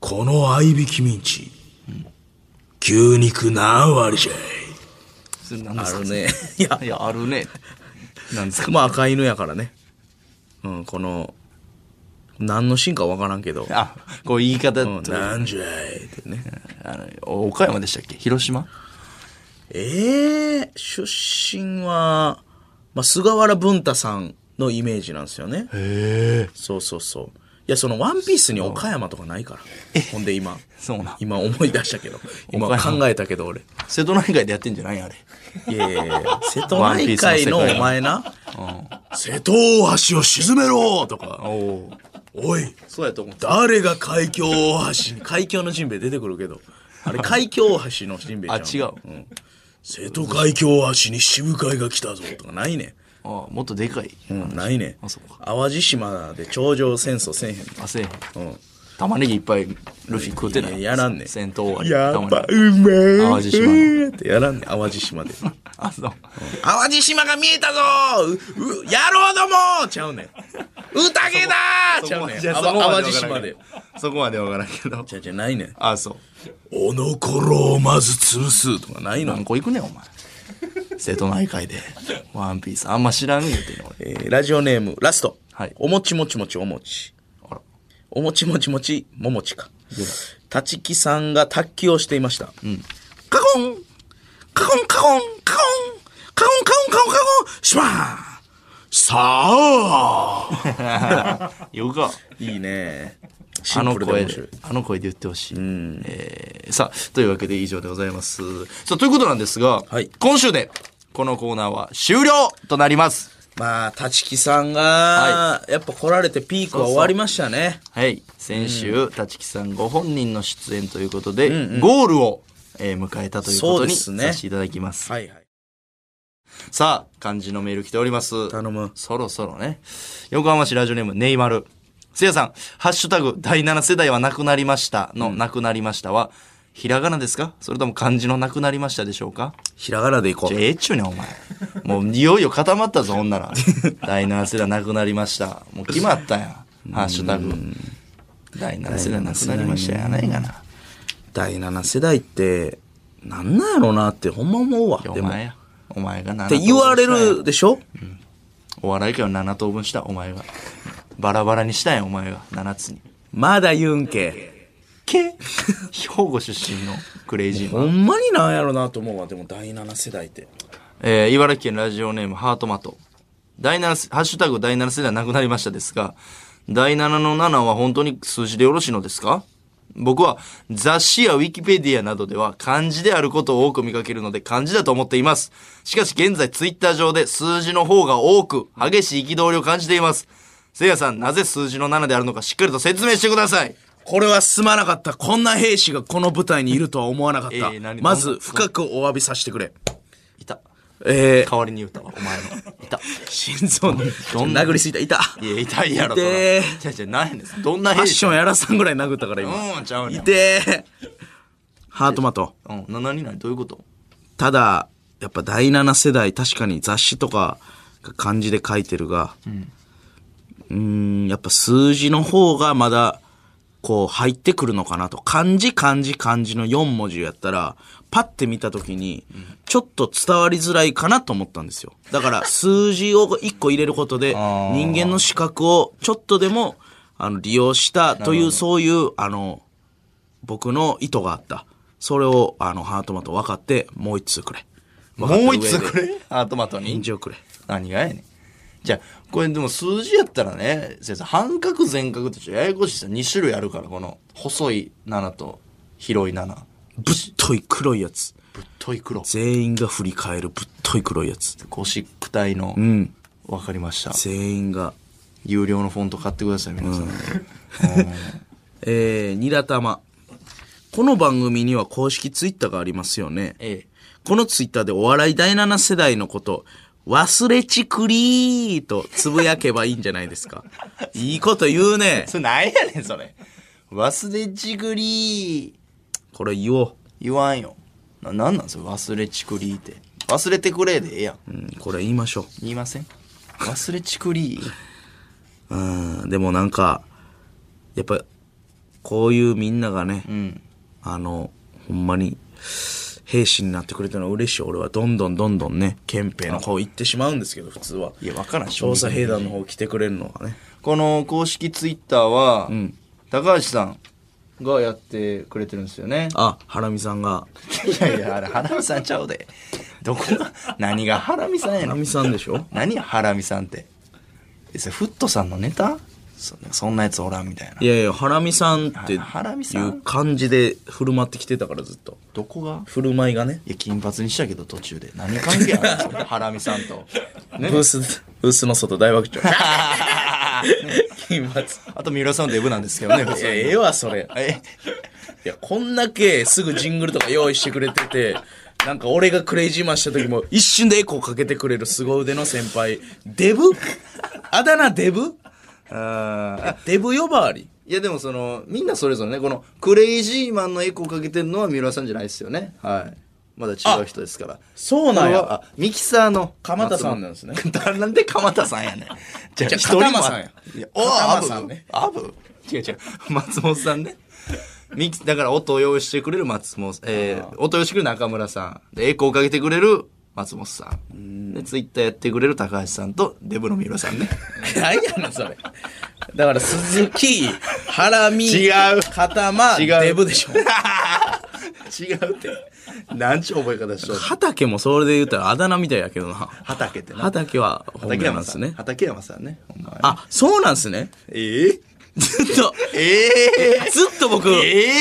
Speaker 8: この合いびきミンチ、牛肉何割じゃい
Speaker 1: それ何で
Speaker 2: あ
Speaker 1: すか
Speaker 2: るね。 いや
Speaker 1: い、や、あるね。なんですか
Speaker 2: まあ赤犬やからね。うん、この、何の進化わからんけど。
Speaker 1: あ、こう言い方
Speaker 2: うん、
Speaker 1: と、
Speaker 2: なんじゃいってね。
Speaker 1: あの、岡山でしたっけ広島
Speaker 2: ええ出身は、まあ、菅原文太さんのイメージなんですよね。へえ。そうそうそう。いや、そのワンピースに岡山とかないから。ほんで今、
Speaker 1: そうなん。
Speaker 2: 今思い出したけ ど。今
Speaker 1: 岡山
Speaker 2: 考えたけど俺。
Speaker 1: 瀬戸内海でやってんじゃないあれ。
Speaker 2: いやいやいや、瀬戸
Speaker 1: ワンピ
Speaker 2: 内
Speaker 1: ースの世界
Speaker 2: 海のお前な、瀬戸大橋を沈めろとか、
Speaker 1: お
Speaker 8: おい
Speaker 7: そうやと思った。
Speaker 8: 誰が海峡大橋
Speaker 2: 海峡のジンベエ出てくるけど、あれ海峡大橋のジンベエ
Speaker 1: あ、
Speaker 2: じ
Speaker 1: 違
Speaker 2: ゃん。
Speaker 1: う。
Speaker 8: 瀬戸海峡大橋に渋海が来たぞ
Speaker 2: とかないね
Speaker 1: あもっとでかい。
Speaker 2: ん。うん、ないねん
Speaker 1: あそうか。
Speaker 2: 淡路島で頂上戦争せえへん
Speaker 1: あ、せえへん。
Speaker 2: の。うん。
Speaker 1: 玉ねぎいっぱいルフィ食うてない
Speaker 2: ややらんねん
Speaker 1: 戦闘終わり
Speaker 2: や
Speaker 1: た
Speaker 2: っ
Speaker 1: ま
Speaker 2: ぱ、う
Speaker 1: に
Speaker 2: まー
Speaker 1: 淡路島
Speaker 2: ってやらんねん、淡路島で。
Speaker 1: あそう
Speaker 2: 淡路島が見えたぞう、う、野郎どもちゃうねん。宴だーちゃうねん。
Speaker 1: そこ
Speaker 2: 淡
Speaker 1: ま
Speaker 2: 淡
Speaker 1: で
Speaker 2: 路
Speaker 1: そこま
Speaker 2: 島
Speaker 1: で
Speaker 2: で
Speaker 1: わ。そこまでわからんけど
Speaker 2: じゃじゃないねん。
Speaker 1: あそう
Speaker 2: おのころをまず潰すとかないの
Speaker 1: 何個行くねんお前瀬戸内海でワンピースあんま知らん言うてんの俺
Speaker 2: えーラジオネーム、ラスト。
Speaker 1: はい
Speaker 2: おもちもちもちおもち。
Speaker 1: あら
Speaker 2: おもちもちもち、ももちか。立木さんが卓球をしていました。カコンカコンカコンカコンカコンカコンカコンカコンシュワ
Speaker 8: さあ
Speaker 1: よか
Speaker 2: ーンいいね。
Speaker 1: あの声
Speaker 2: 面
Speaker 1: で
Speaker 2: 白い、
Speaker 1: あの声で言ってほしい。えーさあ、というわけで以上でございます。さあ、ということなんですが、
Speaker 2: はい
Speaker 1: 今週で、このコーナーは終了となります。
Speaker 2: まあ、立木さんが、
Speaker 1: は
Speaker 2: やっぱ来られてピークは終わりましたね。
Speaker 1: はい。先週、立木さんご本人の出演ということで、ゴールを、えー迎えたというこ
Speaker 2: そ
Speaker 1: と
Speaker 2: うで
Speaker 1: に
Speaker 2: すね
Speaker 1: させていただきます。
Speaker 2: はいはい。
Speaker 1: さあ、漢字のメール来ております。
Speaker 2: 頼む。
Speaker 1: そろそろね。横浜市ラジオネームネイマル。せいやさん、ハッシュタグ、第7世代はなくなりましたの、なくなりましたは、ひらがなですかそれとも漢字のなくなりましたでしょうか
Speaker 2: ひらがなでいこ
Speaker 1: じゃあええっちゅうねんお前。 もういよいよ固まったぞ、ほんな ら。第7世代なくなりました。もう決まったやん。ハッシュタグ。第7世代なくなりましたやないかな。
Speaker 2: 第7世代って、なんなんやろなってほんま思うわ。
Speaker 1: お
Speaker 2: でも。っ
Speaker 1: 前や。お前が7
Speaker 2: て言われるでしょ
Speaker 1: お笑い界を7等分した、お前が。バラバラにしたやん、お前が。7つに。
Speaker 2: まだ言うんけ。
Speaker 1: け兵庫出身のクレイジーマン
Speaker 2: ほんまになんやろなと思うわ。でも第7世代って。
Speaker 1: えー茨城県ラジオネームハートマト。第7世、ハッシュタグ第7世代なくなりましたですが、第7の7は本当に数字でよろしいのですか僕は雑誌やウィキペディアなどでは漢字であることを多く見かけるので漢字だと思っています。しかし現在ツイッター上で数字の方が多く激しい憤りを感じています。せいやさん、なぜ数字の7であるのかしっかりと説明してください。
Speaker 2: これはすまなかった。こんな兵士がこの舞台にいるとは思わなかった。
Speaker 1: えー何
Speaker 2: まず、深くお詫びさせてくれ。
Speaker 1: いた。
Speaker 2: えー、
Speaker 1: 代わりに言ったわ、お前の。いた。
Speaker 2: 心臓に、
Speaker 1: どんな
Speaker 2: 殴りすぎた。いた。フ
Speaker 1: いや、痛いやろ、
Speaker 2: いてー
Speaker 1: そらいやいや、なんやねん。どんな
Speaker 2: ァッ
Speaker 1: 兵士
Speaker 2: ションやらさんぐらい殴ったから今。
Speaker 1: うん、ちゃうねん
Speaker 2: いてー。ハートマト。
Speaker 1: うん、な、なになにどういうこと
Speaker 2: ただ、やっぱ第7世代、確かに雑誌とかが漢字で書いてるが、うーん、やっぱ数字の方がまだ、こう入ってくるのかなと。漢字、漢字、漢字の4文字やったら、パッて見た時に、ちょっと伝わりづらいかなと思ったんですよ。だから、数字を1個入れることで、人間の視覚をちょっとでも、あの、利用したという、そういう、あの、僕の意図があった。それを、あの、ハートマト分かって、もう一通くれ。
Speaker 1: もう一つくれハートマトに
Speaker 2: 返事をくれ。
Speaker 1: 何がやねん。じゃあ、これでも数字やったらね、先生、半角全角ってちょっとややこしいですよ。2種類あるから、この、細い7と、広い7。
Speaker 2: ぶっとい黒いやつ。
Speaker 1: ぶっとい黒。
Speaker 2: 全員が振り返るぶっとい黒いやつ。
Speaker 1: ゴシック体の、
Speaker 2: うん。
Speaker 1: わかりました。
Speaker 2: 全員が。
Speaker 1: 有料のフォント買ってください、皆さん。
Speaker 2: えー、ニラ玉。この番組には公式ツイッターがありますよね。
Speaker 1: ええ。
Speaker 2: このツイッターでお笑い第7世代のこと、忘れちくりーとつぶやけばいいんじゃないですか。いいこと言うね。
Speaker 1: それ何やねん、それ。忘れちくりー。
Speaker 2: これ言おう。
Speaker 1: 言わんよ。な、なんなんそれ、忘れちくりーって。忘れてくれでええやん。
Speaker 2: うん、これ言いましょう。
Speaker 1: 言いません忘れちくりー。
Speaker 2: うん、でもなんか、やっぱ、こういうみんながね、
Speaker 1: ん
Speaker 2: あの、ほんまに、兵士になってくれたのは嬉しい。俺はどんどんどんどんね、憲兵の方行ってしまうんですけど、普通は。
Speaker 1: いや、わからん、
Speaker 2: 調査兵団の方来てくれるのはね。
Speaker 1: この公式ツイッターは、高橋さんがやってくれてるんですよね。
Speaker 2: あ、ハラミさんが、
Speaker 1: いやいや、あれ、ハラミさんちゃうで。どこが、何がハラミさんや
Speaker 2: ハラ
Speaker 1: ねん
Speaker 2: ミ。さんでしょ
Speaker 1: 何や、ハラミさんって。え、それ、フットさんのネタそそんなやつおらんみたいな。
Speaker 2: いやいや、ハラミさんってい
Speaker 1: あハラミさん
Speaker 2: う感じで振る舞ってきてたからずっと。
Speaker 1: どこが
Speaker 2: 振る舞いがね、
Speaker 1: いや、金髪にしたけど途中で。何関係あるのハラミさんと。
Speaker 2: ブース、ブースの外大爆笑。 金髪。
Speaker 1: あと、三浦さんのデブなんですけどね、普
Speaker 2: い
Speaker 1: 通
Speaker 2: や、
Speaker 1: に
Speaker 2: ええわ、それ。
Speaker 1: え、
Speaker 2: いや、こんだけすぐジングルとか用意してくれてて、なんか俺がクレイジーマンした時も一瞬でエコーかけてくれる凄腕の先輩。デブあだ名デブ
Speaker 1: あー
Speaker 2: デブ呼ばわり
Speaker 1: いやでもそのみんなそれぞれねこのクレイジーマンのエコーかけてるのは三浦さんじゃないですよねはいまだ違う人ですから
Speaker 2: そうなんや。
Speaker 1: あミキサーの
Speaker 2: 鎌田さんなんですね
Speaker 1: 松本 なんで鎌田さんやねんじゃあ
Speaker 2: じゃあ
Speaker 1: 一人も
Speaker 2: 片間さんや
Speaker 1: いやおーア
Speaker 2: 片間
Speaker 1: ブ
Speaker 2: さんね
Speaker 1: アブ違う違う 松本さんねミキだから音を用意してくれる松本えー、音を用意してくれる中村さんでエコーかけてくれる松本さんでツイッターやってくれる高橋さんとデブの三浦さんね
Speaker 2: 何やねん、それ。だから、鈴木、ハラミ、
Speaker 1: 違う
Speaker 2: 片間、
Speaker 1: 違う
Speaker 2: デブでしょ。
Speaker 1: 違うってなんちゅう覚え方しとる
Speaker 2: 畑もそれで言ったらあだ名みたいやけどな。
Speaker 1: 畑ってな
Speaker 2: 畑は本
Speaker 1: 畠
Speaker 2: 名なん
Speaker 1: 山
Speaker 2: で
Speaker 1: さ
Speaker 2: す
Speaker 1: ん
Speaker 2: ね。
Speaker 1: 畠山さんねほんまや
Speaker 2: あ、そうなんですね。
Speaker 1: ええ
Speaker 2: ずっと、
Speaker 1: ええ
Speaker 2: ずっと僕、
Speaker 1: えー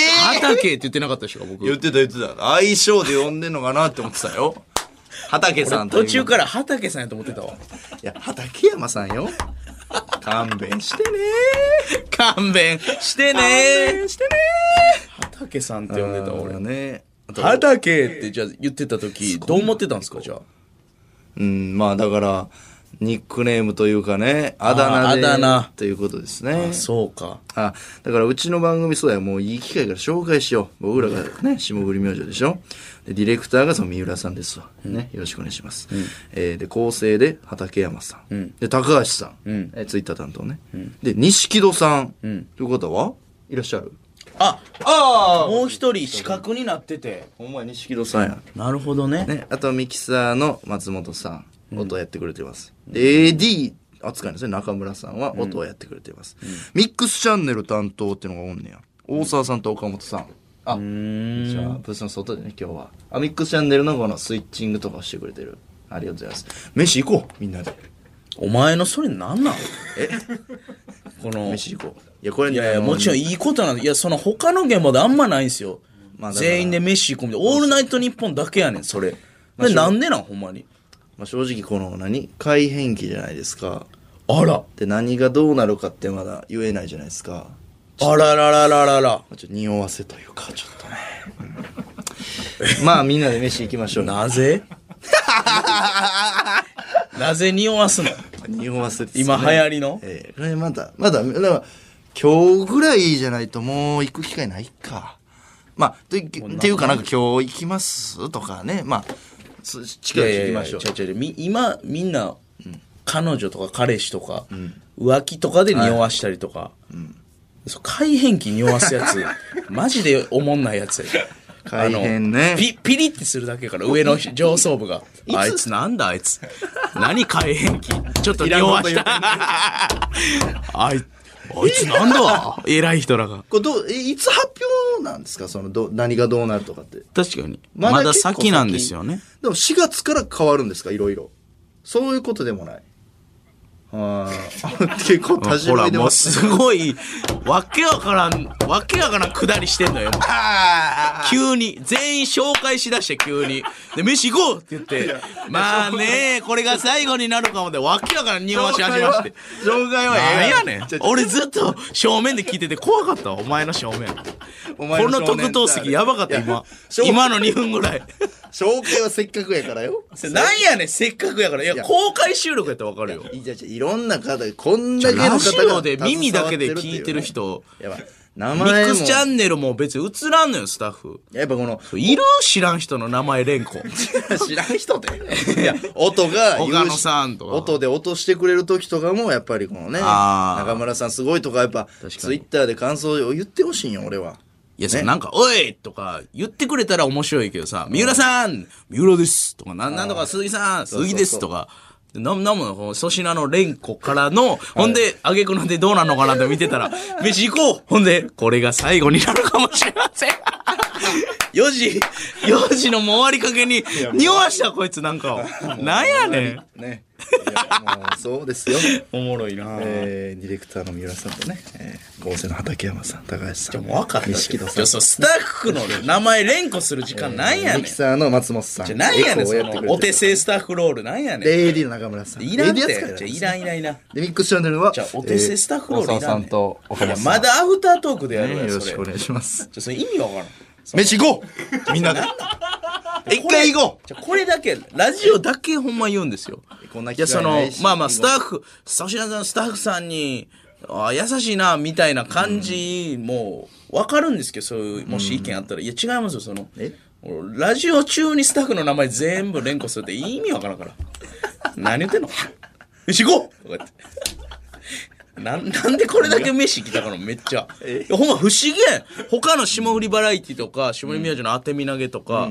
Speaker 2: 畑って言ってなかったでしょ、
Speaker 1: 言っ
Speaker 2: 僕。
Speaker 1: てた言ってた相性で呼んでんのかなって思ってたよ畑さんと
Speaker 2: 途中からら畑さんやと思ってたわ。
Speaker 1: いや畠山さんよ勘弁してね
Speaker 2: 勘弁してね
Speaker 1: してね
Speaker 2: 畑さんって呼んでた俺。
Speaker 1: ね
Speaker 2: 畑ってじゃあ言ってた時、どう思ってたんですか、じゃあ。
Speaker 1: うんまあだからニックネームというかねあだ名で
Speaker 2: あーあだ名
Speaker 1: ということですね
Speaker 2: そうか。
Speaker 1: あだからうちの番組そうやもういい機会から紹介しよう僕らがね霜降り明星でしょでディレクターがその三浦さんですわ、ね、よろしくお願いします、えーで構成で畠山さん、で高橋さん、えーツイッター担当ね、で錦戸さん、ということはいらっしゃる
Speaker 2: あ、
Speaker 1: あ
Speaker 2: もう一人資格になってて。
Speaker 1: お前錦戸さんや
Speaker 2: なるほどね。
Speaker 1: ねあとミキサーの松本さん音をやってくれてます、で AD 扱いなんですね中村さんは音をやってくれてます、ミックスチャンネル担当っていうのがおんねや大沢さんと岡本さんあじゃあブースの外でね今日はあミックスチャンネルのこのスイッチングとかをしてくれてるありがとうございます飯行こうみんなで
Speaker 2: お前のそれなんなんえこの。
Speaker 1: 飯行こういやこれ
Speaker 2: いやいや、もちろん
Speaker 1: い
Speaker 2: いいことなんだ。いや、その他の現場であんまないんすよ。
Speaker 1: まあだから
Speaker 2: 全員で飯込みで、オールナイト日本だけやねん、それ。でなんでなん、ほんまに。
Speaker 1: まあ、正直この何改変期じゃないですか
Speaker 2: あら。
Speaker 1: で何がどうなるかってまだ言えないじゃないですか
Speaker 2: あらららららら。
Speaker 1: まあちょっと匂わせというか、ちょっとね。 まあ、みんなで飯行きましょう。
Speaker 2: なぜなぜ匂わすの
Speaker 1: 匂わせですね
Speaker 2: 今流行りの
Speaker 1: ええこれまだ、まだ、だから、今日ぐらいじゃないともう行く機会ないか。まあ、といっていうかなんか今日行きますとかね。まあ、そ近く行きましょう。
Speaker 2: いやいやいや違う違うみ今、みんな、彼女とか彼氏とか、浮気とかで匂わしたりとか、そう改変期匂わすやつ、 マジでおもんないやつや。
Speaker 1: 改変ね
Speaker 2: あのピピリってするだけやから、上の 上層部が。あいつなんだあいつ。何改変 期ちょっと匂わした。 あい、あいつなんだ偉い人らが。
Speaker 1: これどう、えいつ発表なんですかその、ど、何がどうなるとかって。
Speaker 2: 確かに。まだ
Speaker 1: 結構
Speaker 2: 先なんですよね。。
Speaker 1: でも4月から変わるんですかいろいろ。そういうことでもない。あ あ。結構多
Speaker 2: ほ
Speaker 1: 重
Speaker 2: ら、
Speaker 1: で
Speaker 2: も
Speaker 1: ま
Speaker 2: う
Speaker 1: す。
Speaker 2: すごい、わけわからん、わけわからんくだりしてんのよ。もう急に、全員紹介しだして、急に。で、飯行こうって言って、まあね、これが最後になるかもで、わけわからん匂わし始めまして。
Speaker 1: 障害は
Speaker 2: なんやねん
Speaker 1: ちょちょ
Speaker 2: 俺ずっと正面で聞いてて怖かったわお前の正面
Speaker 1: お前
Speaker 2: こ
Speaker 1: の
Speaker 2: の
Speaker 1: 少年
Speaker 2: 特等席やばかった
Speaker 1: いや
Speaker 2: 今
Speaker 1: 正面
Speaker 2: 今の2分ぐらい
Speaker 1: 紹介はせっかくやからよ。
Speaker 2: なんやねんせっかくやからいや公開収録やったらわかるよ
Speaker 1: いやいやいろんな方が、こんだけの方が
Speaker 2: ラジオで耳だけで聞いてる
Speaker 1: 携わ
Speaker 2: 人
Speaker 1: ってるっていうね。やばい。
Speaker 2: ミ
Speaker 1: 名
Speaker 2: ッ
Speaker 1: 前
Speaker 2: ク
Speaker 1: も。
Speaker 2: スチャンネルも別に映らんのよスタッフ
Speaker 1: やっぱこ の、
Speaker 2: いる知らん人の名前連 呼
Speaker 1: 知らん人って。いや、音が言うし、
Speaker 2: 岡野さんとか
Speaker 1: 音で落としてくれる時とかも、やっぱりこのね、
Speaker 2: あー
Speaker 1: 中村さんすごいとか、やっぱ、
Speaker 2: に
Speaker 1: ツイッターで感想を言ってほしいんよ、俺は。
Speaker 2: いや、そのなんか、おいとか言ってくれたら面白いけどさ、三浦さん三浦ですとか、なんなんとか鈴木さん鈴木ですとか、なんなんも、この粗品の連呼からの、ほんで、あげくのでどうなのかなって見てた ら、飯行こうほんで、これが最後になるかもしれませ ん。4時、4時のもう終わりかけに、匂わしたこいつ なんかを。なんやねん。
Speaker 1: ね。いや、もう、 そうですよ。
Speaker 2: おもろいな
Speaker 1: えー、ディレクターの三浦さんとね、えー、合成の畠山さん、高橋さん、
Speaker 2: もう分かった。
Speaker 1: 錦戸
Speaker 2: い
Speaker 1: さん
Speaker 2: や、そう、スタッフの名前連呼する時間なんやね
Speaker 1: ミ
Speaker 2: ん
Speaker 1: キ。サーの松本さん。
Speaker 2: じゃあなんやね
Speaker 1: エコ
Speaker 2: ん、
Speaker 1: ーを
Speaker 2: そ
Speaker 1: やってくれてる
Speaker 2: の、お手製スタッフロールなんやねん。
Speaker 1: で、AD の中村さん。
Speaker 2: いらん
Speaker 1: AD 扱
Speaker 2: て。
Speaker 1: いなんで
Speaker 2: じゃ
Speaker 1: す
Speaker 2: あ
Speaker 1: ね
Speaker 2: いらんいらんいらん。
Speaker 1: で、ミックスチャンネルは、
Speaker 2: じゃあお手製スタッフロールいらんね
Speaker 1: 大
Speaker 2: ん
Speaker 1: 沢さんと岡
Speaker 2: いや
Speaker 1: 本さん。
Speaker 2: まだアフタートークでやる
Speaker 1: ね
Speaker 2: やん、
Speaker 1: よろ
Speaker 2: それ。
Speaker 1: し
Speaker 2: ち
Speaker 1: く
Speaker 2: ょ
Speaker 1: お願いします。
Speaker 2: それ意味わからん。
Speaker 1: 飯行こ うみんなで。一回行こ
Speaker 2: じゃあこれだけ、ラジオだけほんま言うんですよ。
Speaker 1: うこんない
Speaker 2: や、その、まあまあ、スタ
Speaker 1: フ。
Speaker 2: ッフ、粗品さん、スタッフさんに、ああ優しいなみたいな感じも分かるんですけどそういうもし意見あったら、いや違いますよその俺ラジオ中にスタッフの名前全部連呼するって意味わからんから何言ってんのよし行こうとか言ってなんなんでこれだけ飯来たかのめっちゃいやほんま不思議やん他の霜降りバラエティとか霜降り明星の当て身投げとか、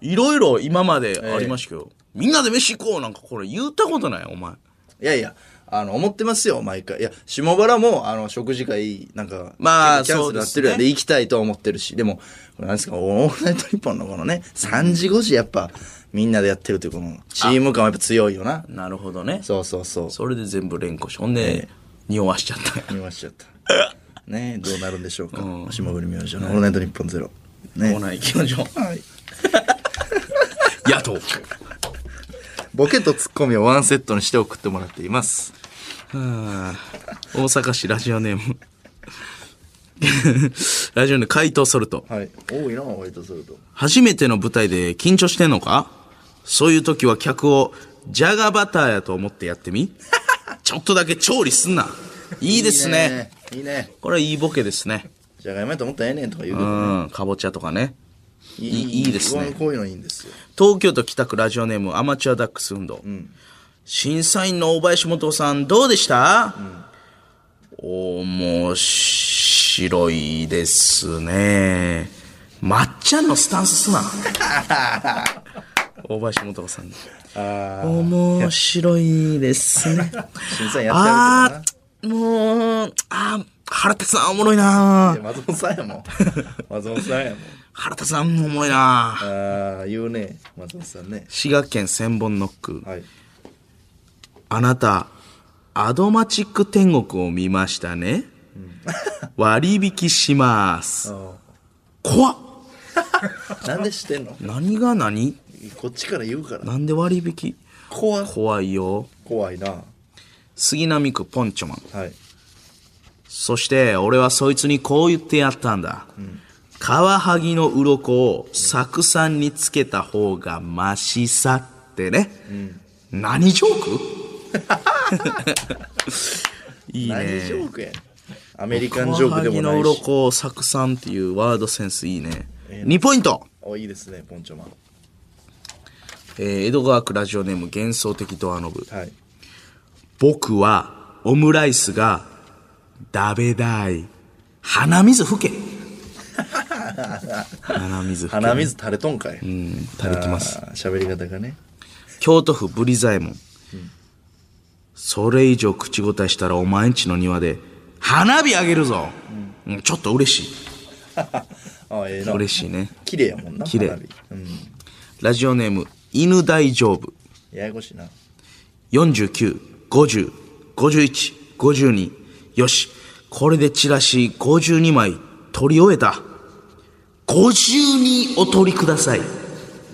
Speaker 2: いろいろ今までありましたけど、みんなで飯行こうなんかこれ言ったことないお前
Speaker 1: いやいや、あの、思ってますよ、毎回。いや、下原も、あの、食事会、なんか、
Speaker 2: まあ
Speaker 1: 結構キャンセルなってるやん
Speaker 2: そうですね
Speaker 1: で、行きたいとは思ってるし、でも、これなんですか、オールナイトニッポンのこのね、3時5時やっぱ、みんなでやってるというこの、チーム感はやっぱ強いよな。
Speaker 2: なるほどね
Speaker 1: そうそうそう。
Speaker 2: それで全部連呼しほんで、匂わしちゃった
Speaker 1: 見ましちゃった。ねどうなるんでしょうか。下降り明星のオールナイトニッポンゼロ。
Speaker 2: コ
Speaker 1: ね
Speaker 2: ーナー行きましょ う
Speaker 9: 野党。
Speaker 1: ボケとツッコミをワンセットにして送ってもらっています。
Speaker 2: 大阪市ラジオネーム ラジオネーム回答ソルト
Speaker 1: はい。多いな、割とすると。
Speaker 2: 初めての舞台で緊張してんのかそういう時は客をジャガバターやと思ってやって みちょっとだけ調理すんないいですね。
Speaker 1: いいね。
Speaker 2: これはいいボケですね
Speaker 1: じゃがいもやと思ったらええねんとか言う
Speaker 2: う
Speaker 1: けど、
Speaker 2: んかぼちゃとかね
Speaker 1: い
Speaker 2: いいいですね
Speaker 1: こうこういうのいいんですよ。
Speaker 2: 東京都北区ラジオネームアマチュアダックス運動、審査員の大林元さんどうでした、面白いですね抹茶のスタンス すな大林元さん面白いですね
Speaker 1: 審査員やってやるけど
Speaker 2: あ
Speaker 1: な。
Speaker 2: ーもうあー原田さんおもろいない
Speaker 1: や松本さんや もん。松本さんやもん。
Speaker 2: 原田さんもおもろいな
Speaker 1: ああ、言うね。松本さんね。
Speaker 2: 滋賀県千本ノック
Speaker 1: はい。
Speaker 2: あなた、アドマチック天国を見ましたね。割引します。怖っ
Speaker 1: なんでしてんの
Speaker 2: 何が何
Speaker 1: こっちから言うから。
Speaker 2: なんで割引
Speaker 1: 怖い。
Speaker 2: 怖いよ。
Speaker 1: 怖いな。
Speaker 2: 杉並区ポンチョマン。
Speaker 1: はい。
Speaker 2: そして、俺はそいつにこう言ってやったんだ。カワハギの鱗を酢酸につけた方がマシさってね。 何ジョークいいね。
Speaker 1: 何ジョークやねんアメリカンジョークでもな
Speaker 2: カワハギの
Speaker 1: いし。
Speaker 2: 鱗を酢酸っていうワードセンスいいね。2ポイント、
Speaker 1: お、いいですね、ポンチョマン。
Speaker 2: えー江戸川区ラジオネーム幻想的ドアノブ。
Speaker 1: はい。
Speaker 2: 僕はオムライスが食べたい。鼻水吹け。 鼻水吹け。
Speaker 1: 鼻水垂れとんかい。
Speaker 2: うん、垂れてます。
Speaker 1: あー喋り方がね。
Speaker 2: 京都府ブリザエモン。それ以上口答えしたらお前んちの庭で花火あげるぞ、うん、ちょっと嬉し
Speaker 1: ああ、ええ
Speaker 2: い。
Speaker 1: な。
Speaker 2: 嬉しいね。
Speaker 1: 綺麗やもんな。
Speaker 2: 綺麗
Speaker 1: 花火うん。
Speaker 2: ラジオネーム、犬大丈夫。
Speaker 1: ややこしいな。
Speaker 2: 49、50、51、52。よし、これでチラシ52枚取り終えた。52お取りください。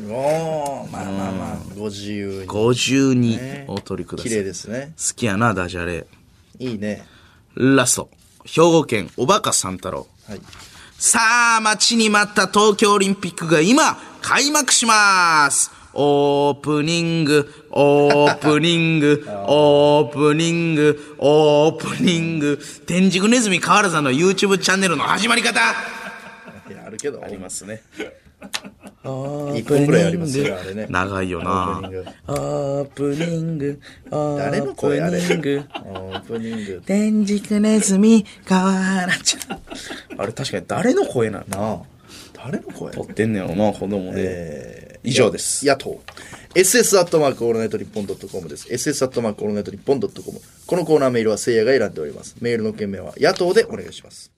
Speaker 1: おー、まあまあまあ、ご自由に。
Speaker 2: 52お取りくださ
Speaker 1: 綺
Speaker 2: い。
Speaker 1: 麗ですね。
Speaker 2: 好きやな、ダジャレ。
Speaker 1: いいね。
Speaker 2: ラスト。兵庫県おばか三太郎。
Speaker 1: はい。
Speaker 2: さあ、待ちに待った東京オリンピックが今、開幕しますオープニング、オープニング、オープニング、オープニング。天竺ネズミ河原さんの YouTube チャンネルの始まり方
Speaker 1: いや、あるけど、
Speaker 2: ますね。
Speaker 1: 一本ぐらいありますよ、あれね。
Speaker 2: 長いよ
Speaker 1: オープニ
Speaker 2: な
Speaker 1: ング。
Speaker 2: オープニング、オ
Speaker 1: 誰の声あれオ
Speaker 2: ープニング
Speaker 1: ープニング。
Speaker 2: 天竺ネズミ河原ちゃん。あれ確かに誰の声なの
Speaker 1: なあ。誰の声
Speaker 2: 撮ってんねやろな、子供で。以上です。
Speaker 1: 野党 SS アットマークオールナイトニッポンドットコムです。SS アットマークオールナイトニッポンドットコム。このコーナーメールはせいやが選んでおります。メールの件名は野党でお願いします。